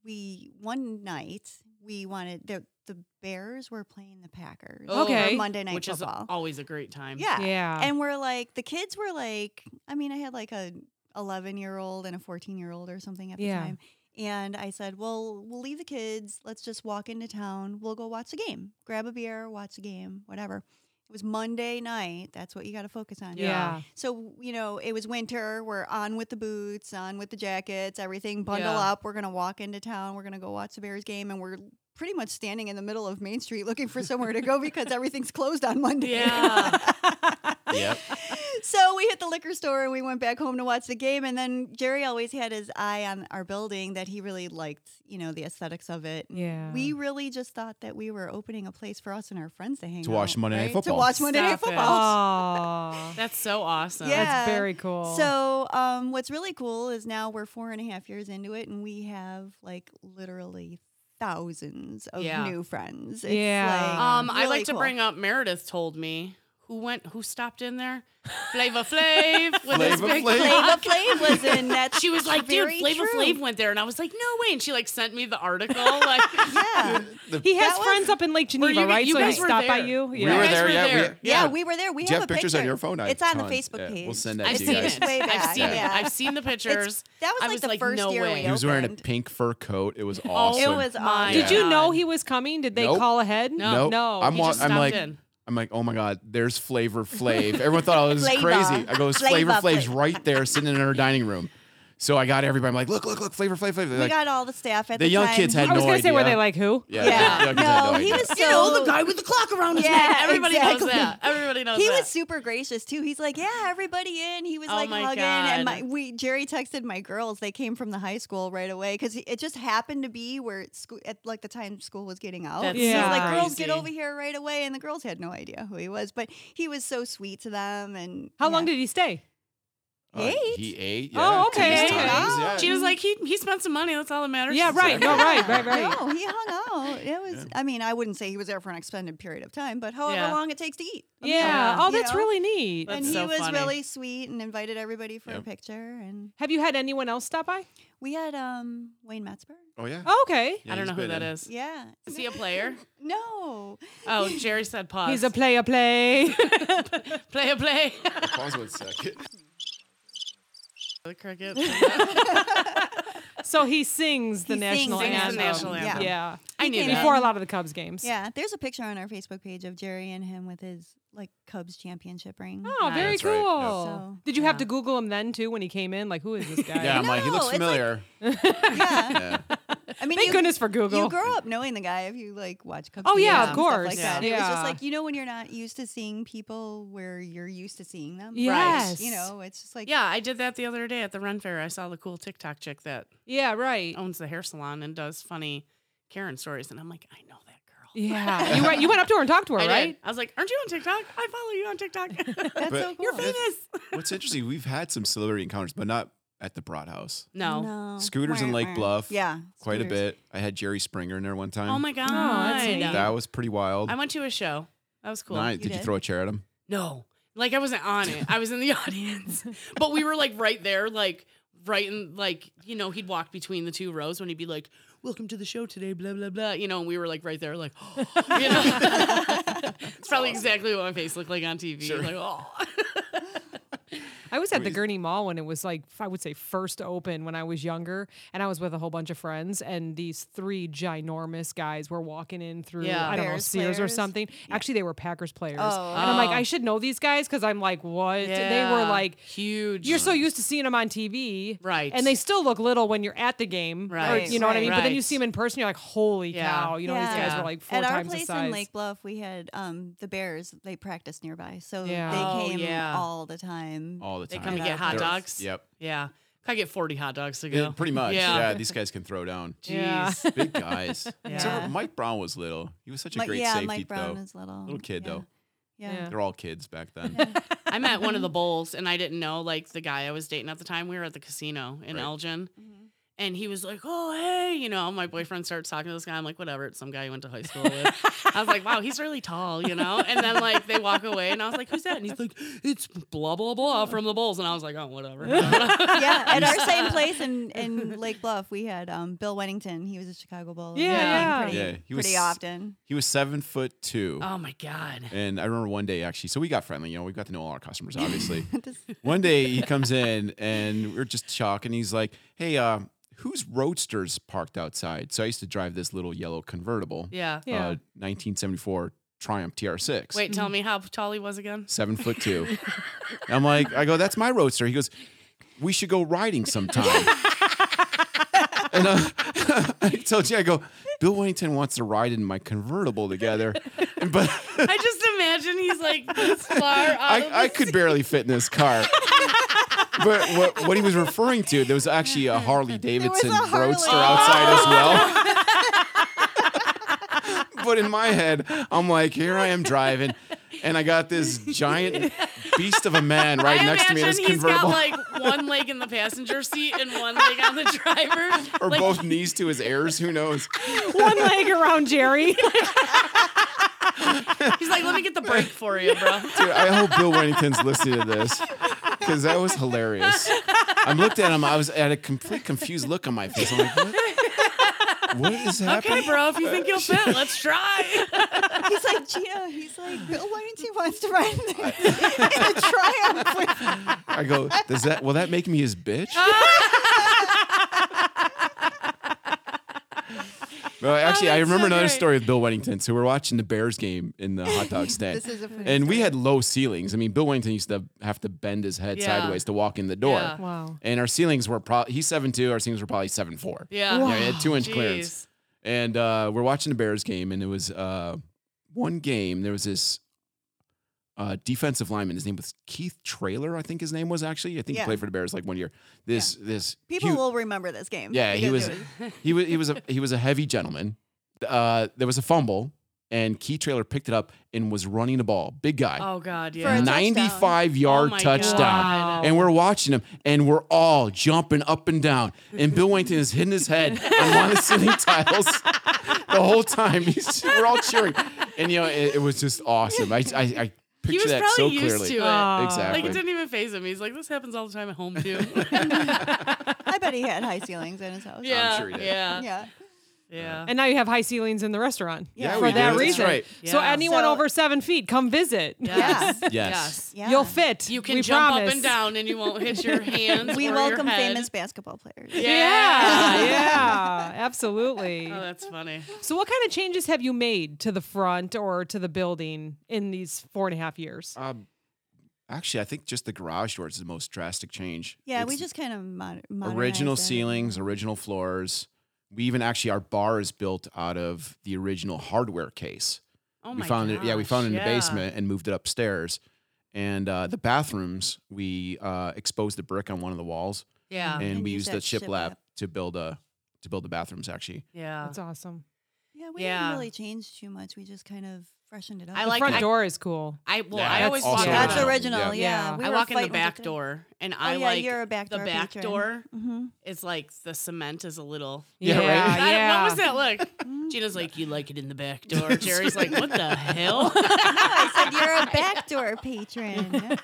we one night we wanted the the Bears were playing the Packers. for Okay. Monday night Which is football. always a great time. yeah. Yeah. and we're like the kids were like, I mean, I had like a eleven year old and a fourteen year old or something at the Yeah. time. And I said, "Well, we'll leave the kids. Let's just walk into town. We'll go watch the game. Grab a beer, watch the game, whatever." It was Monday night. That's what you got to focus on. yeah. So, you know, it was winter. We're on with the boots, on with the jackets, everything. Bundle Yeah. up. We're going to walk into town. We're going to go watch the Bears game. And we're pretty much standing in the middle of Main Street looking for somewhere to go because everything's closed on Monday. Yeah. Yep. so we hit the liquor store and we went back home to watch the game. And then Jerry always had his eye on our building that he really liked, you know, the aesthetics of it. And Yeah. We really just thought that we were opening a place for us and our friends to hang to watch out. Monday Night right? Football. To watch Monday Stop Night it. Football. Aw. That's so awesome. Yeah. That's very Oh. cool. So, um, what's really cool is now we're four and a half years into it, and we have like literally thousands of Yeah. new friends. Yeah. Um, really I'd like to cool. bring up Meredith told me who went who stopped in there. Flava Flav with his Flava big Flav. Flava cock. Flav was in that. She was like, dude, Very Flava true. Flav went there, and I was like, no way. And she like sent me the article. Like, Yeah. he has that was- friends up in Lake you Geneva, g- right? you so he guys were stopped by there. you. We Yeah. You were guys there. were Yeah, there. We, Yeah, we were there. We Do you have a pictures picture. on your phone. I have It's on the tons. Facebook Yeah, page. We'll send that I've to It's you seen guys. It's it. way I've back, seen yeah. it. I've seen the pictures. It's, that I was like was the like, first no year way. we He was wearing a opened. pink fur coat. It was Oh, awesome. It was my awesome. Did you God. know he was coming? Did they Nope. call ahead? No. No. I'm He wa- just I'm stopped like- in. I'm like, oh my god, there's Flavor Flav. Everyone thought I was Flavor. crazy. I go, it's Flavor Flavor Flav's Flav. right there, sitting in her dining room. So I got everybody. I'm like, look, look, look, Flavor Flav. Flav. They're We Like, got all the staff at The the, young time. kids had I was no gonna say, were they idea. like who? yeah, Yeah. yeah, no, no, he was so. You know, the guy with the clock around his Yeah, neck. Everybody exactly. knows that. Everybody knows he that. was super gracious too. He's like, "Yeah, everybody in." He was Oh like my hugging, and God. my we Jerry texted my girls. They came from the high school right away because it just happened to be where it's school at like the time school was getting out. That's so it's so like, girls, get crazy. over here right away, and the girls had no idea who he was, but he was so sweet to them. And How yeah. long did he stay? Eight? Uh, he ate. Oh, yeah, okay, Times, okay. yeah. She was like, he, he spent some money. That's all that matters. Yeah, right. No, right, right, right. No, Oh, he hung out. It was. I mean, I wouldn't say he was there for an extended period of time, but however Yeah. long it takes to eat. a meal, yeah. Oh, you that's know? really neat. That's and he so was funny. really sweet and invited everybody for Yeah. a picture. And Have you had anyone else stop by? we had um, Wayne Metzberg. Oh yeah. Oh, okay. Yeah, I don't he's know who been that in. is. Yeah. Is he a player? No. Oh, Jerry said pause. He's a player, play. play a play. Pause one second. the cricket. so he sings the He national sings the anthem. national anthem. Yeah. I knew came that. Before a lot of the Cubs games. Yeah. There's a picture on our Facebook page of Jerry and him with his like Cubs championship ring. Oh, very That's cool. right, yeah. So- Did you have Yeah. to Google him then too when he came in? Like, who is this guy? Yeah, I'm like, he looks No, it's like- familiar. Yeah. yeah. I mean, Thank you, goodness for Google. You grow up knowing the guy if you like watch Cubs. Oh, yeah, games of and stuff course. Like that. It was Yeah. just like you know when you're not used to seeing people where you're used to seeing them. Yes. You know, it's just like Yeah, I did that the other day at the Run Fair. I saw the cool TikTok chick that Yeah, right. owns the hair salon and does funny Karen stories, and I'm like, I know that girl. Yeah. you, went- you went up to her and talked to her, I did. right? I was like, aren't you on TikTok? I follow you on TikTok. That's But- so cool. You're famous. What's interesting, we've had some celebrity encounters, but not at the Broad House. no. No. Scooters in Wah, Lake wah. Bluff. Yeah. Quite a scooters. bit. I had Jerry Springer in there one time. Oh my god. that's neat. That was pretty wild. I went to a show. That was cool. Nice. You did, you did? throw a chair at him? No. Like I wasn't on it. I was in the audience. but we were like right there, like right in like, you know, he'd walk between the two rows when he'd be like, Welcome to the show today, blah, blah, blah. You know, and we were like right there, like, you know. it's probably exactly what my face looked like on TV. Sure. Like, oh. I was at the Amazing. Gurney Mall when it was like I would say first open when I was younger, and I was with a whole bunch of friends, and these three ginormous guys were walking in through Yeah. I don't Bears know Sears or players? something. Actually, they were Packers players, Oh. and I'm like Oh. I should know these guys because I'm like what they were Yeah. like. huge. You're so used to seeing them on TV, Right. And they still look little when you're at the game, or, Right. you know what I mean. But then you Right. see them in person, you're like, holy Yeah. cow! You know these guys Yeah. were like four At our times place the size. in Lake Bluff, we had um, the Bears. They practiced nearby, so Yeah. they Oh, came yeah. all the time. all the They time. come to Yeah. get hot They're- dogs. Yep. Yeah. I get 40 hot dogs to Yeah, go. pretty much. Yeah. Yeah. these guys can throw down. Yeah. Jeez. Big guys. Yeah. So Mike Brown was little. He was such a Mi- great yeah, safety Mike Brown though. is little. Little kid Yeah. though. Yeah. Yeah. They're all kids back then. I'm at one of the bowls and I didn't know like the guy I was dating at the time. We were at the casino in Right. Mm-hmm. Elgin. And he was like, "Oh, hey, you know." My boyfriend starts talking to this guy. I'm like, "Whatever." It's some guy I went to high school with. I was like, "Wow, he's really tall," you know. And then like they walk away, and I was like, "Who's that?" And he's like, "It's blah blah blah from the Bulls." And I was like, "Oh, whatever." yeah, at our same place in, in Lake Bluff, we had um, Bill Wennington. He was a Chicago Bull. Yeah, yeah. pretty, Yeah, he was pretty s- often. He was seven foot two. oh my god. And I remember one day actually, so we got friendly, you know, we got to know all our customers, obviously. Just- one day he comes in and we're just shocked and he's like, Hey, uh, whose roadsters parked outside? So I used to drive this little yellow convertible. Yeah. Yeah. Uh, 1974 Triumph TR6. Wait, tell me how tall he was again. Seven foot two. I'm like, I go, that's my roadster. He goes, we should go riding sometime. and uh, I told you, I go, Bill Wellington wants to ride in my convertible together. But I just imagine he's like this far out of the I, I could barely fit in this car. but what, what he was referring to, there was actually a Harley Davidson a Harley. roadster outside as well. but in my head, I'm like, here I am driving, and I got this giant beast of a man right I next to me in this imagine he's got convertible, like one leg in the passenger seat and one leg on the driver. or like, both knees to his ears. Who knows? One leg around Jerry. He's like, let me get the brake for you, bro. Dude, I hope Bill Wennington's listening to this because that was hilarious. I looked at him. I was at a complete confused look on my face. I'm like, what, what is happening? Okay, bro, if you think you'll fit, let's try. he's like Gia. He's like Bill Wennington wants to ride in the, in the Triumph. with I go, does that will that make me his bitch? well, actually, I Oh, that's remember so another great. story with Bill Wennington. So we were watching the Bears game in the hot dog stand, This is a funny and we had low ceilings. I mean, Bill Wennington used to have to bend his head Yeah. sideways to walk in the door. Yeah. Wow. And our ceilings were probably he's seven two. Our ceilings were probably seven four. Yeah. yeah, we had two inch clearance Jeez. and uh, we're watching the Bears game, and it was uh, one game. There was this uh, defensive lineman. His name was Keith Trailer, I think his name was actually. I think Yeah. he played for the Bears like one year. This this People hu- will remember this game. yeah he because was, it he was he was a he was a heavy gentleman. Uh, there was a fumble, and Keith Trailer picked it up and was running the ball. Big guy, Oh God, a yeah. Oh, touchdown. Oh ninety five yard my touchdown. God. And we're watching him, and we're all jumping up and down. And Bill Wellington is hitting his head on one of the ceiling tiles the whole time. He's, we're all cheering, and you know it, it was just awesome. I I, I He picture was that so probably used clearly. to it. Oh. Ah. exactly. like it didn't even phase him. He's like, this happens all the time at home too. I bet he had high ceilings in his house. yeah, sure he did. yeah, yeah, Yeah. And now you have high ceilings in the restaurant. Yeah, for we do. that That's reason. right. So Yeah. anyone So- over seven feet, come visit. Yes. Yeah. yes, Yes. Yeah. You'll fit. You can we jump promise. up and down, and you won't hit your hands. We or welcome your head. famous basketball players. Yeah. Yeah, yeah, absolutely. Oh, that's funny. So, what kind of changes have you made to the front or to the building in these four and a half Uh, years? Um, actually, I think just the garage doors is the most drastic change. Yeah, we It's just kind of mod- original modernized it. ceilings, original floors. We even actually our bar is built out of the original hardware case. Oh we my found it. Yeah, we gosh, found it in yeah. the basement and moved it upstairs. And uh, the bathrooms, we uh, exposed the brick on one of the walls, Yeah, and, And we used used the that shiplap shiplap. to build a to build the bathrooms. Actually, yeah. That's awesome. Yeah, we Yeah. didn't really change too much. We just kind of freshened it up. I The like- front I- door is cool. I well, Yeah, I that's always also walk. That's around. original. original. Yeah. Yeah. We I were walk in the fighting back with it. door, and Oh, I yeah, like you're a back the door back patron. door. Mhm. It's like the cement is a little. Yeah, right? yeah. I- yeah. What was that Mm. look? Gina's like, you like it in the back door. Jerry's like, what the hell? I said you're a backdoor patron.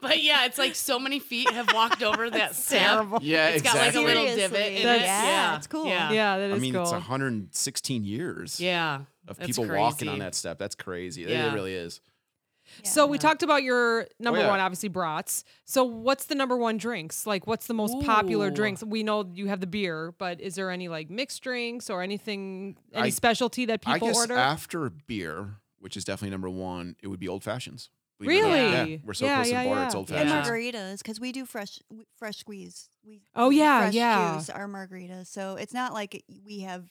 But yeah, it's like so many feet have walked over that step. yeah, It's got like a little divot Seriously. in it. That's- Yeah, Yeah, it's cool. Yeah, yeah. Yeah, that is I mean, cool. it's 116 years yeah. of That's people walking on crazy. that step. That's crazy. It- Yeah. It really is. So we talked about your number yeah. one, obviously brats. So what's the number one drinks? Like, what's the most popular Ooh. drinks? We know you have the beer, but is there any like mixed drinks or anything, any I- specialty that I people guess order? after beer, which is definitely number one, it would be old fashions. believe it or not. Really? Yeah, we're so Yeah, close yeah, to the border. yeah. It's old And fashioned. Yeah. margaritas, because we do fresh w- fresh squeeze. We Oh, we yeah, fresh yeah. Juice our margaritas, so it's not like we have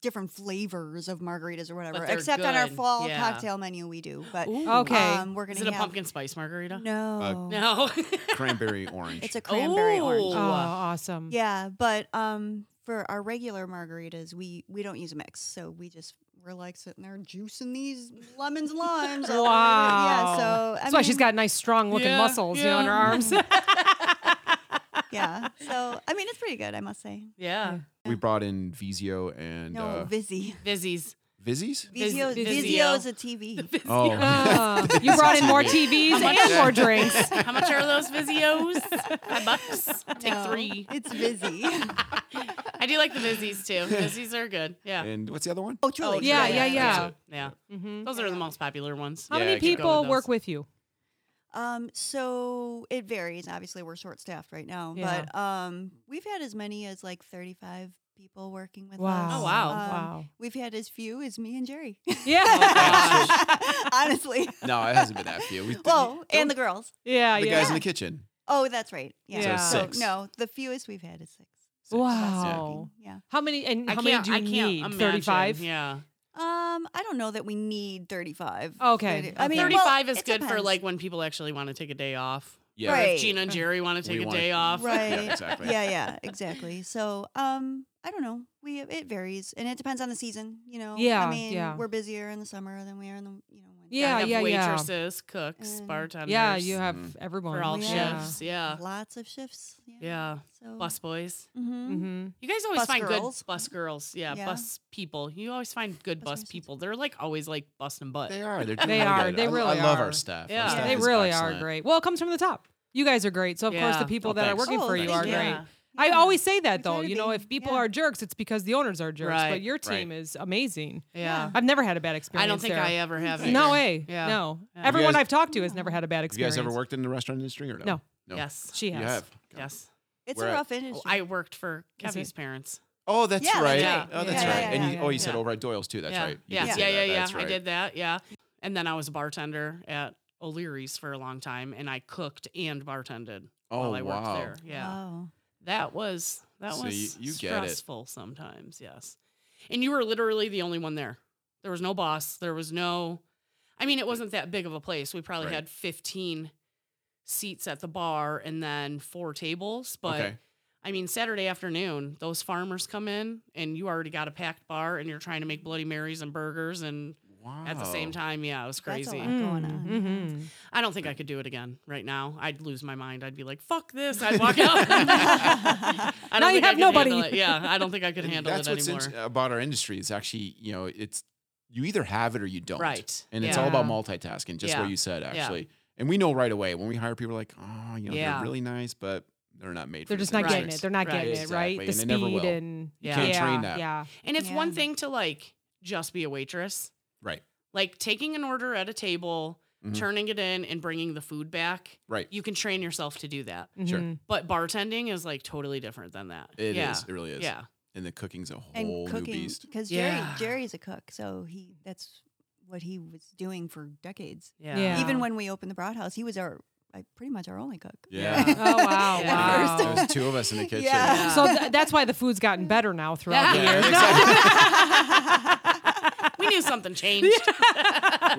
different flavors of margaritas or whatever. they're Except on our good, fall yeah. cocktail menu, we do. But Ooh. Okay. um, we're gonna Is it a have- pumpkin spice margarita? No, No. Cranberry orange. it's a cranberry oh, orange. Ooh. awesome. Yeah, but um, for our regular margaritas, we we don't use a mix, so we just we're like sitting there juicing these lemons limes. all over. Wow. Yeah. So I That's why she's mean, got nice, strong looking Yeah, muscles, you know, in her yeah. arms. Yeah. So I mean, it's pretty good, I must say. yeah. we brought in Vizio and No, uh, Vizzy. Vizzies. Vizzies. Viz- Vizio, Vizio. Vizio is a TV. Oh, Ah, you brought in more TVs and more drinks. How much are those Vizios? Five bucks. Take No, three. It's Vizzy. I do like the Vizzies too. Vizzies are good. Yeah. And what's the other one? oh, truly. yeah, yeah, That's yeah. it. Yeah. Mhm. Those are the most popular ones. How Yeah, many I going with keep people those. work with you? Um, so it varies. Obviously, we're short staffed right now, Yeah. but um, we've had as many as like 35 people working with us. Wow. Oh, wow. Um, wow. Oh, We've had as few as me and Jerry. Oh, Yeah. Honestly. No, it hasn't been that few. We, Whoa, and the girls. yeah. the yeah. guys in the kitchen. Oh, that's right. Yeah. So six. no, the fewest we've had is six. Oh. Wow. Yeah. How many and I how many can't. do you I can't need? imagine. 35? Yeah. Um, I don't know that we need 35. Okay. Thirty- I mean, well, 35 is it good for depends. like when people actually want to take a day off. Yeah. Right. If Gina and Jerry want to We take a wanna- day off. Right. Yeah, exactly. yeah, yeah, exactly. So, um, I don't know. We it varies, and it depends on the season. You know. Yeah, I mean, yeah. we're busier in the summer than we are in the you know winter. Yeah, I have yeah, yeah. waitresses, cooks, Mm. bartenders. Yeah, you have Mhm. everyone. for all Yeah. shifts. Yeah. Lots of shifts. Yeah. So. Bus boys. hmm Mm-hmm. You guys always Bus find girls. good bus girls. Yeah, Yeah. Bus people. You always find good Bus bus, nurses. people. They're like always like busting butt. They are. They're doing They really are. good. They I, really I love are. our staff. Our Yeah. staff They is really excellent. are great. Well, it comes from the top. You guys are great. So of course the Yeah. people Oh, that are thanks. working Oh, for you thank are you. great. Yeah. I Yeah. always say We that try though. to You know, be. if people Yeah. are jerks, it's because the owners are jerks. But Right. your Right. team is amazing. Yeah. I've never had a bad experience. I don't think there. I ever have. No either. way. Yeah. No. Yeah. Mm. You Everyone guys- I've talked to has never had a bad Have experience. You guys ever worked in the restaurant industry or no? No. No. Yes. She You has. have. Yes. It's We're a at- rough Oh, industry. I worked for Is Kevin's it- parents. Oh, that's Yeah, that's right. right. Oh, that's Yeah, right. yeah, and yeah, you, yeah, oh, you yeah. said over at Doyle's too. That's yeah. right. You Yeah. did Yeah. say yeah. that. Yeah. That's I right. did that. Yeah. And then I was a bartender at O'Leary's for a long time, and I cooked and bartended Oh, while I worked wow. there. Yeah. Wow. That was that So was you- you get it. stressful sometimes, yes. And you were literally the only one there. There was no boss. There was no I mean, it wasn't that big of a place. We probably Right. had fifteen seats at the bar and then four tables. But okay. I mean, Saturday afternoon, those farmers come in and you already got a packed bar and you're trying to make Bloody Marys and burgers and Wow. at the same time, yeah, it was That's a crazy. lot. Mm. going on. Mm-hmm. I don't think I could do it again right now. I'd lose my mind. I'd be like, "Fuck this!" I'd walk out. I don't Now you think I have could nobody. handle it. Yeah, I don't think I could And handle that's it what's anymore. int- about our industry is actually, you know, it's you either have it or you don't. Right. And it's Yeah. all about multitasking, just Yeah. what you said, actually. And we know right away when we hire people, like, oh, you know, Yeah. they're really nice, but they're not made. They're for just this not Right. getting it. They're not Right. getting it, right? Exactly. The And they never speed will. and You can't yeah, train that. Yeah. and it's one Yeah. thing to like just be a waitress, Right. like taking an order at a table, Mhm. turning it in, and bringing the food back. Right. You can train yourself to do that, Sure. Mhm. but bartending is like totally different than that. It is. yeah. It really is. Yeah. And the cooking's a And whole new cooking beast. because Jerry Yeah. Jerry's a cook, so he that's what he was doing for decades. Yeah. Yeah. Even when we opened the Broad House, he was our like, pretty much our only cook. Yeah. Yeah. Oh wow! At wow. There was two of us in the kitchen. Yeah. So th- that's why the food's gotten better now throughout Yeah, the years. exactly. we knew something changed.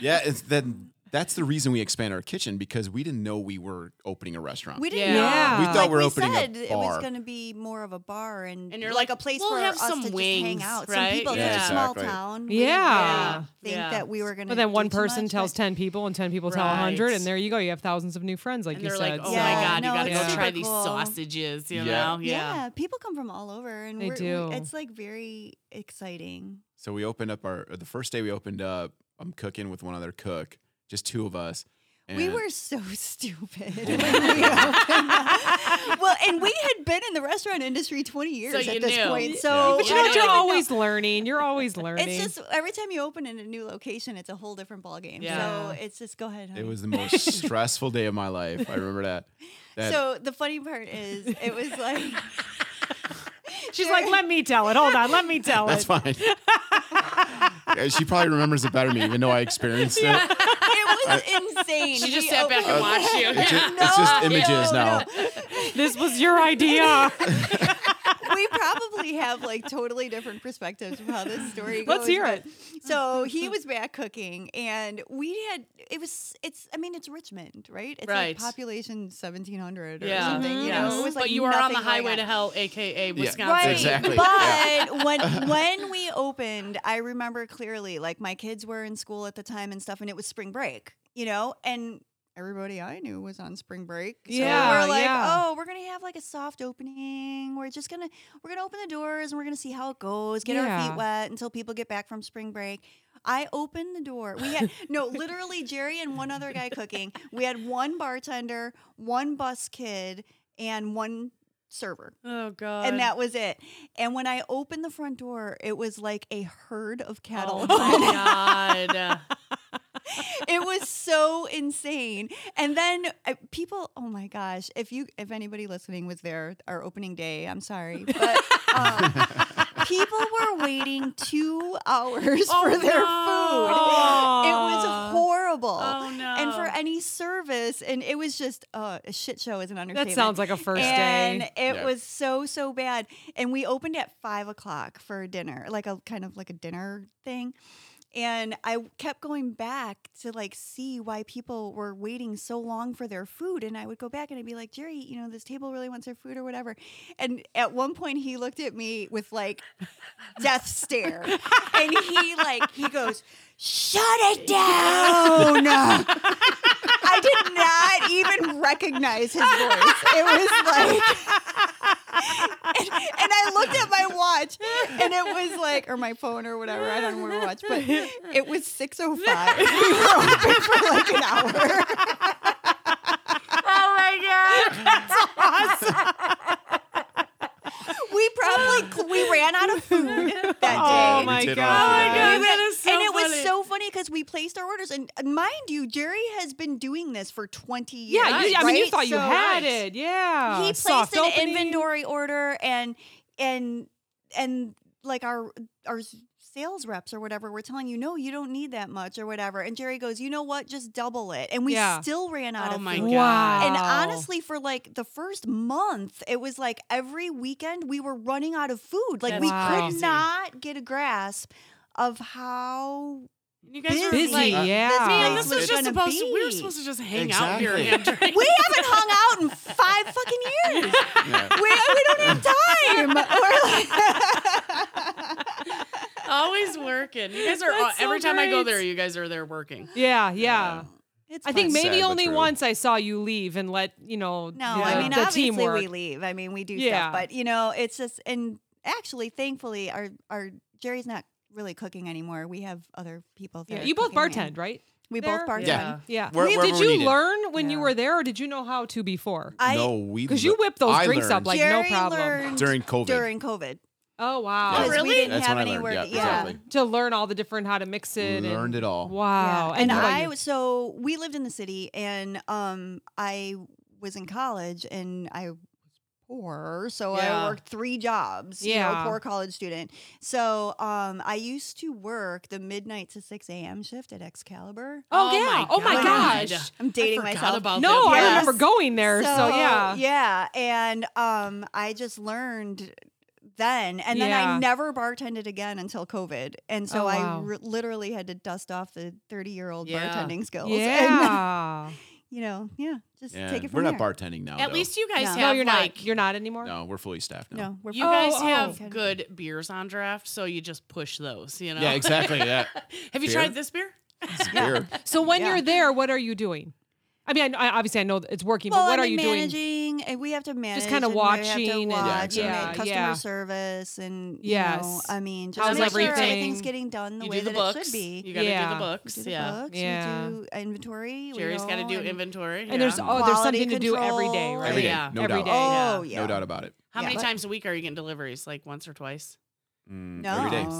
yeah, it's then that's the reason we expand our kitchen because we didn't know we were opening a restaurant. We didn't. Yeah. Know. Yeah. We thought like we're opening a said, It bar. was going to be more of a bar and, And you're like, a place "We'll for have us some to just wings, hang out. right? Some people, Yeah. it's a small Exactly. town. Yeah. We Yeah. didn't think Yeah. that we were going to. But then one person tells ten people, and ten people tell a hundred, Right. and there you go. You have thousands of new friends, like and you they're said. like, "Oh Yeah. my god, No, you got it's to go try super these cool. sausages," you Yeah. know? Yeah. people come from all over, and They we're, do. We, it's like very exciting. So we opened up our the first day we opened up. I'm cooking with one other cook, just two of us. we and- were so stupid. when we opened up. well, and we had been in the restaurant industry 20 years you at this knew. point. Yeah. So But you I know don't what? You're even always learning. You're always learning. It's just every time you open in a new location, it's a whole different ballgame. Yeah. So it's just go ahead. Honey. It was the most stressful day of my life. I remember that. That- so the funny part is, it was like She's like, let me tell it. Hold on, let me tell that's it. fine. Yeah, she probably remembers it better than me, even though I experienced it. it was insane. She just We sat back and opened- watched you. It's Yeah. just, it's just images No, no, now. This was your idea. we probably have like totally different perspectives of how this story goes. Let's hear but- it. So he was back cooking, and we had it was it's I mean it's Richmond, right? It's Right. like population seventeen hundred or Yeah. something. Mm-hmm. You Yes. know, it was like but you are on the nothing going highway to on. hell, aka Wisconsin. Right, Exactly. but Yeah. when when we opened, I remember clearly, like my kids were in school at the time and stuff, and it was spring break, you know, and everybody I knew was on spring break. So Yeah, we're like, yeah. oh, we're gonna have like a soft opening. We're just gonna we're gonna open the doors and we're gonna see how it goes, get our Yeah. feet wet until people get back from spring break. I opened the door. We had no, literally Jerry and one other guy cooking. We had one bartender, one bus kid, and one server Oh god. and that was it. And when I opened the front door, it was like a herd of Oh cattle. my god. it was so insane. And then uh, people, oh my gosh, if you if anybody listening was there our opening day, I'm sorry, but um, people were waiting 2 hours Oh, for their food. It no. was horrible. Oh no. And for any service, and it was just uh, a shit show is an understatement. That sounds like a first and day. it Yeah. was so so bad. And we opened at five o'clock for dinner, like a kind of like a dinner thing. And I kept going back to like see why people were waiting so long for their food. And I would go back and I'd be like, Jerry, you know, this table really wants their food or whatever. And at one point he looked at me with like death stare. and he like he goes, Shut it down. I did not even recognize his voice. It was like, and, and I looked at my watch, and it was like, or my phone or whatever. I don't know where my watch, but it was six oh five. We were open for like an hour. oh my god. We probably we ran out of food that day. Oh We my did god! all of that. We- that is so and it was funny. so funny because we placed our orders, and uh, mind you, Jerry has been doing this for twenty years. Yeah, you, I mean, you right? thought you So- had right. it. Yeah, he Soft placed an opening. inventory order and and and like our our s- sales reps or whatever were telling you no you don't need that much or whatever and jerry goes you know what just double it and we Yeah. still ran out Oh of my food. God. Wow! and honestly for like the first month it was like every weekend we were running out of food like That's we crazy. could not get a grasp of how you guys were busy like, Busy, yeah. this man, this place was was just gonna supposed. To, we were be. supposed to just hang out here and Uh, Exactly. have drinks. we haven't hung out in five fucking years Yeah. we, we don't have time We're like- Always working. You guys are That's all, so every time I go great. there. You guys are there working. yeah, yeah. It's I think fun. maybe Sad, but only true. once I saw you leave and let you know. No, the, I mean the obviously teamwork. we leave. I mean we do Yeah. stuff, but you know it's just and actually thankfully our our Jerry's not really cooking anymore. We have other people. That yeah, are you both cooking and bartend, right? We there? both bartend. Yeah. Yeah. Where- Wait, did wherever we you needed. learn when you Yeah. were there, or did you know how to before? I no, we Because you le- whip those I drinks up learned like no Jerry problem. learned during COVID. during COVID. oh Yeah. wow! because Oh, really? We didn't That's have when I learned. any work. Yeah, exactly. To learn all the different how to mix it. and- Learned it all. Wow! Yeah. And what Oh, about I you? was so we lived in the city, and um, I was in college, and I was poor, so Yeah. I worked three jobs. you know, Yeah. poor college student. So um, I used to work the midnight to six a.m. shift at Excalibur. Oh, Oh yeah! my oh my God. gosh! I'm dating forgot myself. about No, that. I Yes. remember going there. So, yeah. yeah, and um, I just learned then, and then Yeah. I never bartended again until COVID, and so Oh, I wow. re- literally had to dust off the thirty-year-old Yeah. bartending skills. And then, Yeah. you know, yeah, just Yeah, take it we're from not there. bartending now. At though. least you guys No. have no, you're like not. You're not anymore. no, we're fully staffed now. no, we're You Oh, guys oh. have Kind of. good beers on draft, so you just push those. You know. Yeah, exactly. That have you Beer? tried this beer? It's weird. So when Yeah. you're there, what are you doing? I mean, I, I obviously I know that it's working, well, but what I are mean, you doing? managing, doing? We have to manage. kinda and we have to watching and- watch Yeah, and exactly. customer Yeah. service and you Yes. know, I mean, just How's make sure everything? everything's getting done the you way do the that it books. should be. You gotta do Yeah. the We books. do the yeah. books, Yeah. we do inventory. we Jerry's got to know, do and- inventory. And there's yeah. oh, there's Quality something to do every day, control. right? Every day, Yeah. no Every doubt. day. Oh yeah, No doubt about it. how yeah. many But- times a week are you getting deliveries? Like once or twice Mm, No,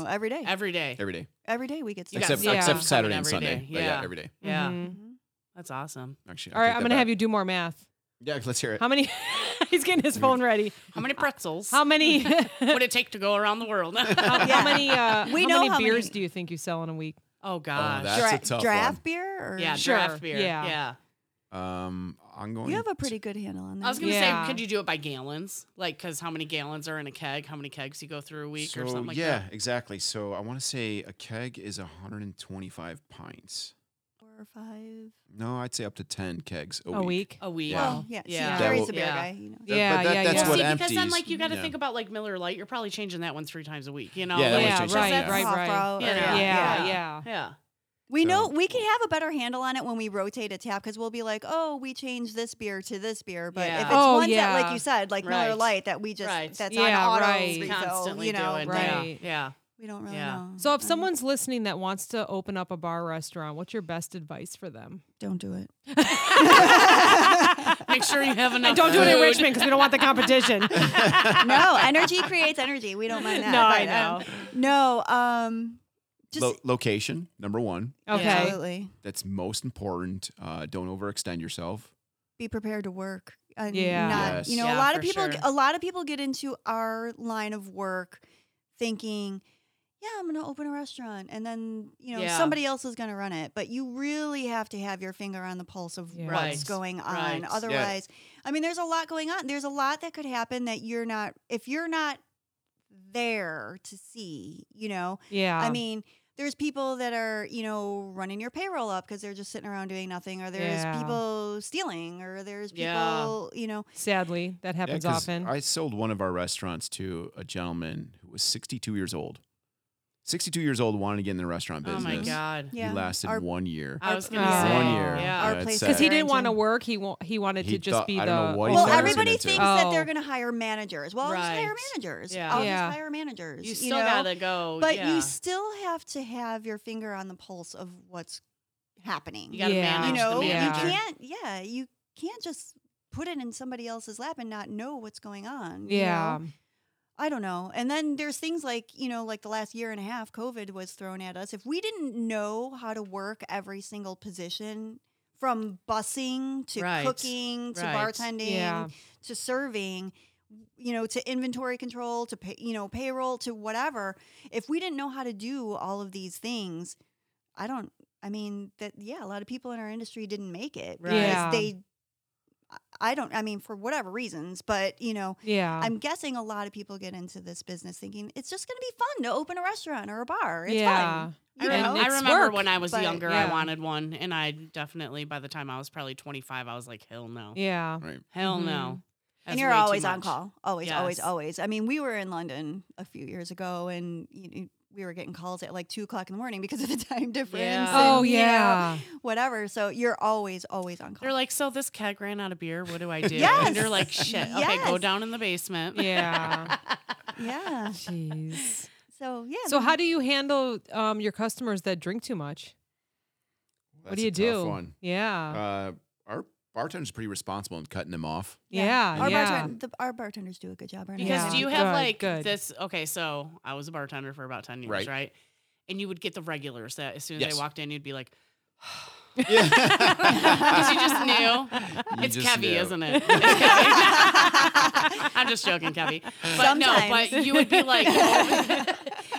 Every day. every day, every day. Every day. every day we get You stuff. got Except, stuff Yeah. except coming Saturday and every Sunday. day. But Yeah. yeah, every day. Yeah, Mhm. Mhm. that's awesome. Actually, All right, I'm gonna have you do more math. Yeah, let's hear it. How many? He's getting his phone ready. How many pretzels? How many? would it take to go around the world? How, Yeah. many? Uh, We how know many how beers many- do you think you sell in a week? oh gosh. that's a tough one. draft beer, or yeah, Sure, draft beer. yeah. yeah. Um, I'm going. you have a pretty good handle on that. I was gonna Yeah. say, could you do it by gallons? Like, because how many gallons are in a keg? How many kegs you go through a week so, or something like yeah, that? exactly. So I want to say a keg is 125 pints. four or five. No, I'd say up to 10 kegs a, A week? A week. Yeah. Well, Oh, yeah, Yeah. See, Jerry's That a beer will- guy. You know. That- Yeah, but that- yeah, that's yeah. what See, empties. because then like you got to yeah. think about like Miller Lite, you're probably changing that one three times a week. You know, Yeah, that like, one's yeah, changed. right, Yeah. right, Soft right. row, Yeah. Yeah, yeah, yeah. Yeah. yeah. We So- know we can have a better handle on it when we rotate a tap because we'll be like, oh, we changed this beer to this beer. But Yeah. if it's Oh, ones that, yeah. like you said, like Miller Right. Lite, that we just Right. that's Yeah, on auto right. refill, Constantly you know, doing then that. right. Yeah. We don't really Yeah. know. So if Um, someone's listening that wants to open up a bar or restaurant, what's your best advice for them? don't do it, Make sure you have enough. And don't do it in food. Richmond because we don't want the competition. no, energy creates energy. We don't mind that. No, I but, um, no, um, just Lo- location number one. okay. absolutely That's most important. Uh, don't overextend yourself. be prepared to work. And Yeah. not, Yes. you know, Yeah, a lot of for people, sure. a lot of people get into our line of work thinking, yeah, I'm going to open a restaurant and then, you know, Yeah. somebody else is going to run it. But you really have to have your finger on the pulse of Yeah. what's Right. going on. Right. Yeah. Otherwise, I mean, there's a lot going on. There's a lot that could happen that you're not, if you're not there to see, you know, Yeah. I mean, there's people that are, you know, running your payroll up because they're just sitting around doing nothing, or there's Yeah. people stealing, or there's Yeah. people, you know, sadly, that Yeah, happens 'cause often. I sold one of our restaurants to a gentleman who was 62 years old. 62 years old, wanted to get in the restaurant Oh my business. god. yeah. He lasted Our- one year. I was gonna Our- say. One year. Yeah. Our it's place sad. Because he didn't want to Barrington. work, he wa- he wanted He to just thought- be I the. don't know what he well, thought he was everybody into. thinks that Oh. they're going to hire managers. Well, just hire Right. managers. Yeah. I'll Yeah. just hire managers. You You, still know? gotta go. but yeah. you still have to have your finger on the pulse of what's happening. You gotta Yeah. you manage know, the you manager. can't. Yeah, you can't just put it in somebody else's lap and not know what's going on. you yeah. know? I don't know. And then there's things like, you know, like the last year and a half, COVID was thrown at us. If we didn't know how to work every single position from busing to Right. cooking to Right. bartending Yeah. to serving, you know, to inventory control to, pay, you know, payroll to whatever, if we didn't know how to do all of these things, I don't, I mean, that, yeah, a lot of people in our industry didn't make it because Yeah. they, I- I don't, I mean, for whatever reasons, but, you know, Um, Yeah. I'm guessing a lot of people get into this business thinking it's just going to be fun to open a restaurant or a bar. It's Oh, yeah. fun. I, You rem- know? I It's remember work, when I was but- younger, I yeah. wanted one, and I definitely by the time I was probably 25, I was like, hell no, Um, Yeah. Right. hell Mhm. no. Mm-hmm. and That's you're way too always on much. call. Always, always, Yes. always. I mean, we were in London a few years ago and you know, we were getting calls at like two o'clock in the morning because of the time difference. Yeah. and, Oh you know, yeah. whatever. So you're always, always on call. They're like, so this keg ran out of beer. What do I do? And Yes. you're like, shit. Okay, go Yes. down in the basement. Yeah. yeah. Jeez. So, yeah. So how do you handle um, your customers that drink too much? what That's do you a do? tough one. Yeah. Uh, our bartender's pretty responsible in cutting them off. yeah. Our, yeah. bartend- the, our bartenders do a good job. Our Because Yeah. do you have Good, like good. this? Okay, so I was a bartender for about 10 years, Right. right? And you would get the regulars that as soon as Yes. they walked in, you'd be like, because you Yeah. just knew. You it's just Kevy, knew. isn't it? It's Kevy. I'm just joking, Kevy. But Uh, no, Sometimes. but you would be like, oh-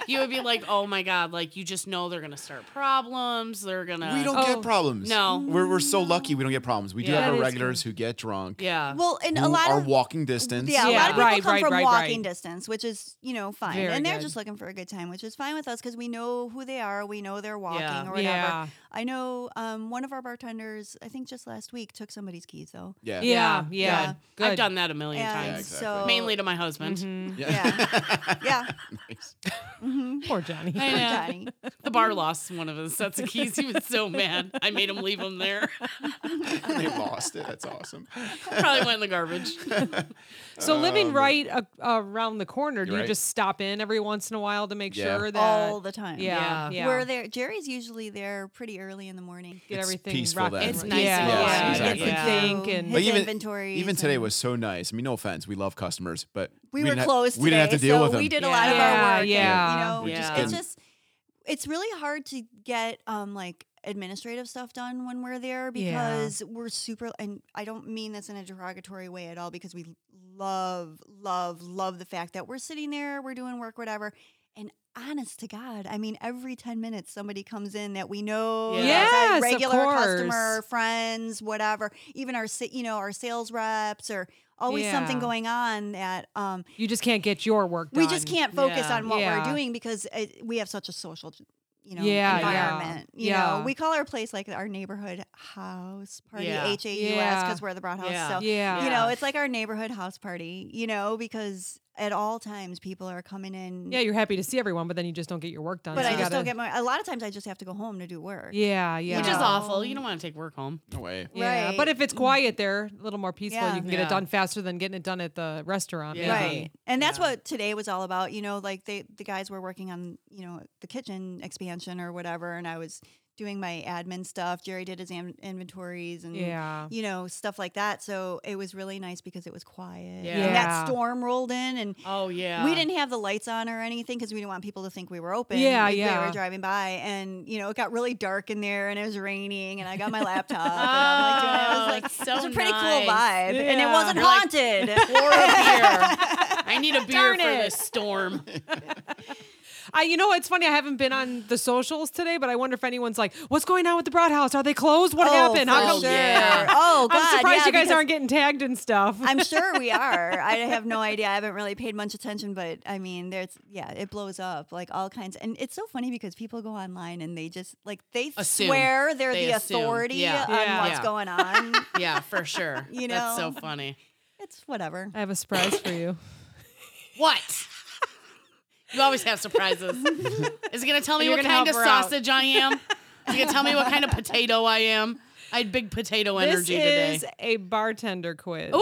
you would be like, oh my god, like you just know they're gonna start problems. They're gonna. we don't Oh. get problems. No. We're, we're so lucky we don't get problems. We do Yeah. have That our is regulars who get drunk, Yeah. well, and a who lot are of walking distance. Yeah, a lot of Yeah. people Right, come right, from right, walking right. distance, which is you know fine, Very and they're good. just looking for a good time, which is fine with us because we know who they are, we know they're walking Yeah. or whatever. yeah. I know um, one of our bartenders, I think just last week, took somebody's keys though, Yeah. Yeah. Yeah. Yeah. Good. I've done that a million and times, exactly. Mm-hmm. so Mm-hmm. mainly to my husband. Mhm. yeah, yeah. Nice. mhm. hmm Poor Johnny. I know. Johnny. The bar lost one of his sets of keys. He was so mad. I made him leave them there. they lost it. That's awesome. Probably went in the garbage. So living Um, right a, around the corner, do you Right. just stop in every once in a while to make Yeah. sure that all the time. yeah, Yeah. yeah. We're there. Jerry's usually there pretty early in the morning. get It's everything peaceful rocking. then. It's nice yeah, and yeah, quiet. you Exactly. can think and His Like, even- inventory. Even today was so nice. I mean, no offense, we love customers, but We, were didn't have- closed. we didn't have today, to deal so with them. We did a lot of Yeah, our work. yeah. And, We you know, just Yeah. it's didn't- just it's really hard to get um like administrative stuff done when we're there Yeah. because we're super and I don't mean this in a derogatory way at all because we love love love the fact that we're sitting there, we're doing work whatever and honest to god, I mean every 10 minutes somebody comes in that we know, Yeah. that's a Yes, of regular customer, course. friends, whatever, even our sa- you know, our sales reps or always something Yeah. going on that um you just can't get your work done. we just can't focus Yeah. on what Yeah. we're doing because uh we have such a social you know Yeah, yeah. environment you Yeah. know we call our place like our neighborhood house party Yeah. h-a-u-s Yeah. because we're the broad house Yeah. so Yeah, you know it's like our neighborhood house party you know because at all times people are coming in yeah. You're happy to see everyone, but then you just don't get your work done. but so i you just gotta, don't get my a lot of times i just have to go home to do work Yeah, yeah. Which is Yeah. awful. You don't want to take work home. No way. Yeah, Right. Mm. but if it's quiet there, a little more peaceful, Yeah. you can get it Yeah. done faster than getting it done at the restaurant. Yeah. maybe. Right. And that's Um, Yeah. what today was all about. You know, like they the guys were working on, you know, the kitchen expansion or whatever and I was doing my admin stuff. Jerry did his am- inventories and Yeah. you know, stuff like that. So it was really nice because it was quiet. Yeah. And Yeah. that storm rolled in and Oh yeah. we didn't have the lights on or anything because we didn't want people to think we were open. Yeah, if They yeah. were driving by, and you know it got really dark in there, and it was raining, and I got my laptop. Oh, and I'm like, doing it. I was like, it's Oh, so it was a pretty nice. cool vibe, and it Yeah. wasn't You're like, haunted. Pour a beer. I need a beer Darn for it. this storm. I, you know, it's funny. I haven't been on the socials today, but I wonder if anyone's like, "What's going on with the Broad House? Are they closed? What happened? Oh, for How come?" Sure. Yeah. Oh, God. I'm surprised yeah, you guys because aren't getting tagged and stuff. I'm sure we are. I have no idea. I haven't really paid much attention, but I mean, there's yeah, it blows up like all kinds. And it's so funny because people go online and they just like they Assume. swear they're They the assume. authority Yeah. on Yeah. what's Yeah. going on. Yeah, for sure. You that's so know. funny. it's whatever. I have a surprise for you. What? You always have surprises. Is it gonna tell me You're what gonna kind help of her out. sausage I am? Is it gonna tell me what kind of potato I am? I had big potato This energy is today. a bartender quiz. Ooh,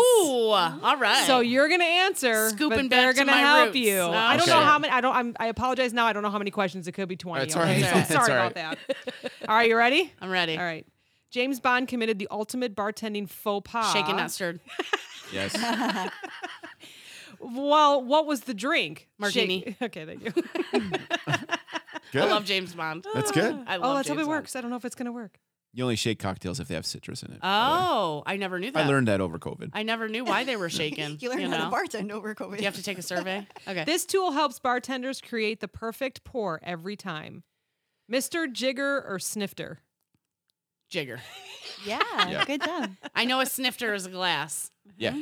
all right. So you're gonna answer, but Scooping they're back to gonna my help roots. you. Oh, I don't know Okay. how many. I don't. I'm, I apologize now. I don't know how many questions. It could be twenty. That's all okay? right. So I'm That's sorry all about that. All right, you ready? I'm ready. All right. James Bond committed the ultimate bartending faux pas. Shaken, not stirred. Yes. Well, what was the drink? Martini. Shake- okay, thank you. Good. I love James Bond. That's good. I love oh, that's James how it Bond. works. I don't know if it's gonna work. You only shake cocktails if they have citrus in it. by the way. Oh, I never knew that. I learned that over COVID. I never knew why they were shaken. You learn know? how to bartend over COVID. Do you have to take a survey? Okay. This tool helps bartenders create the perfect pour every time. Mr. Jigger or Snifter? Jigger. yeah, Yeah. good job. I know a snifter is a glass. yeah.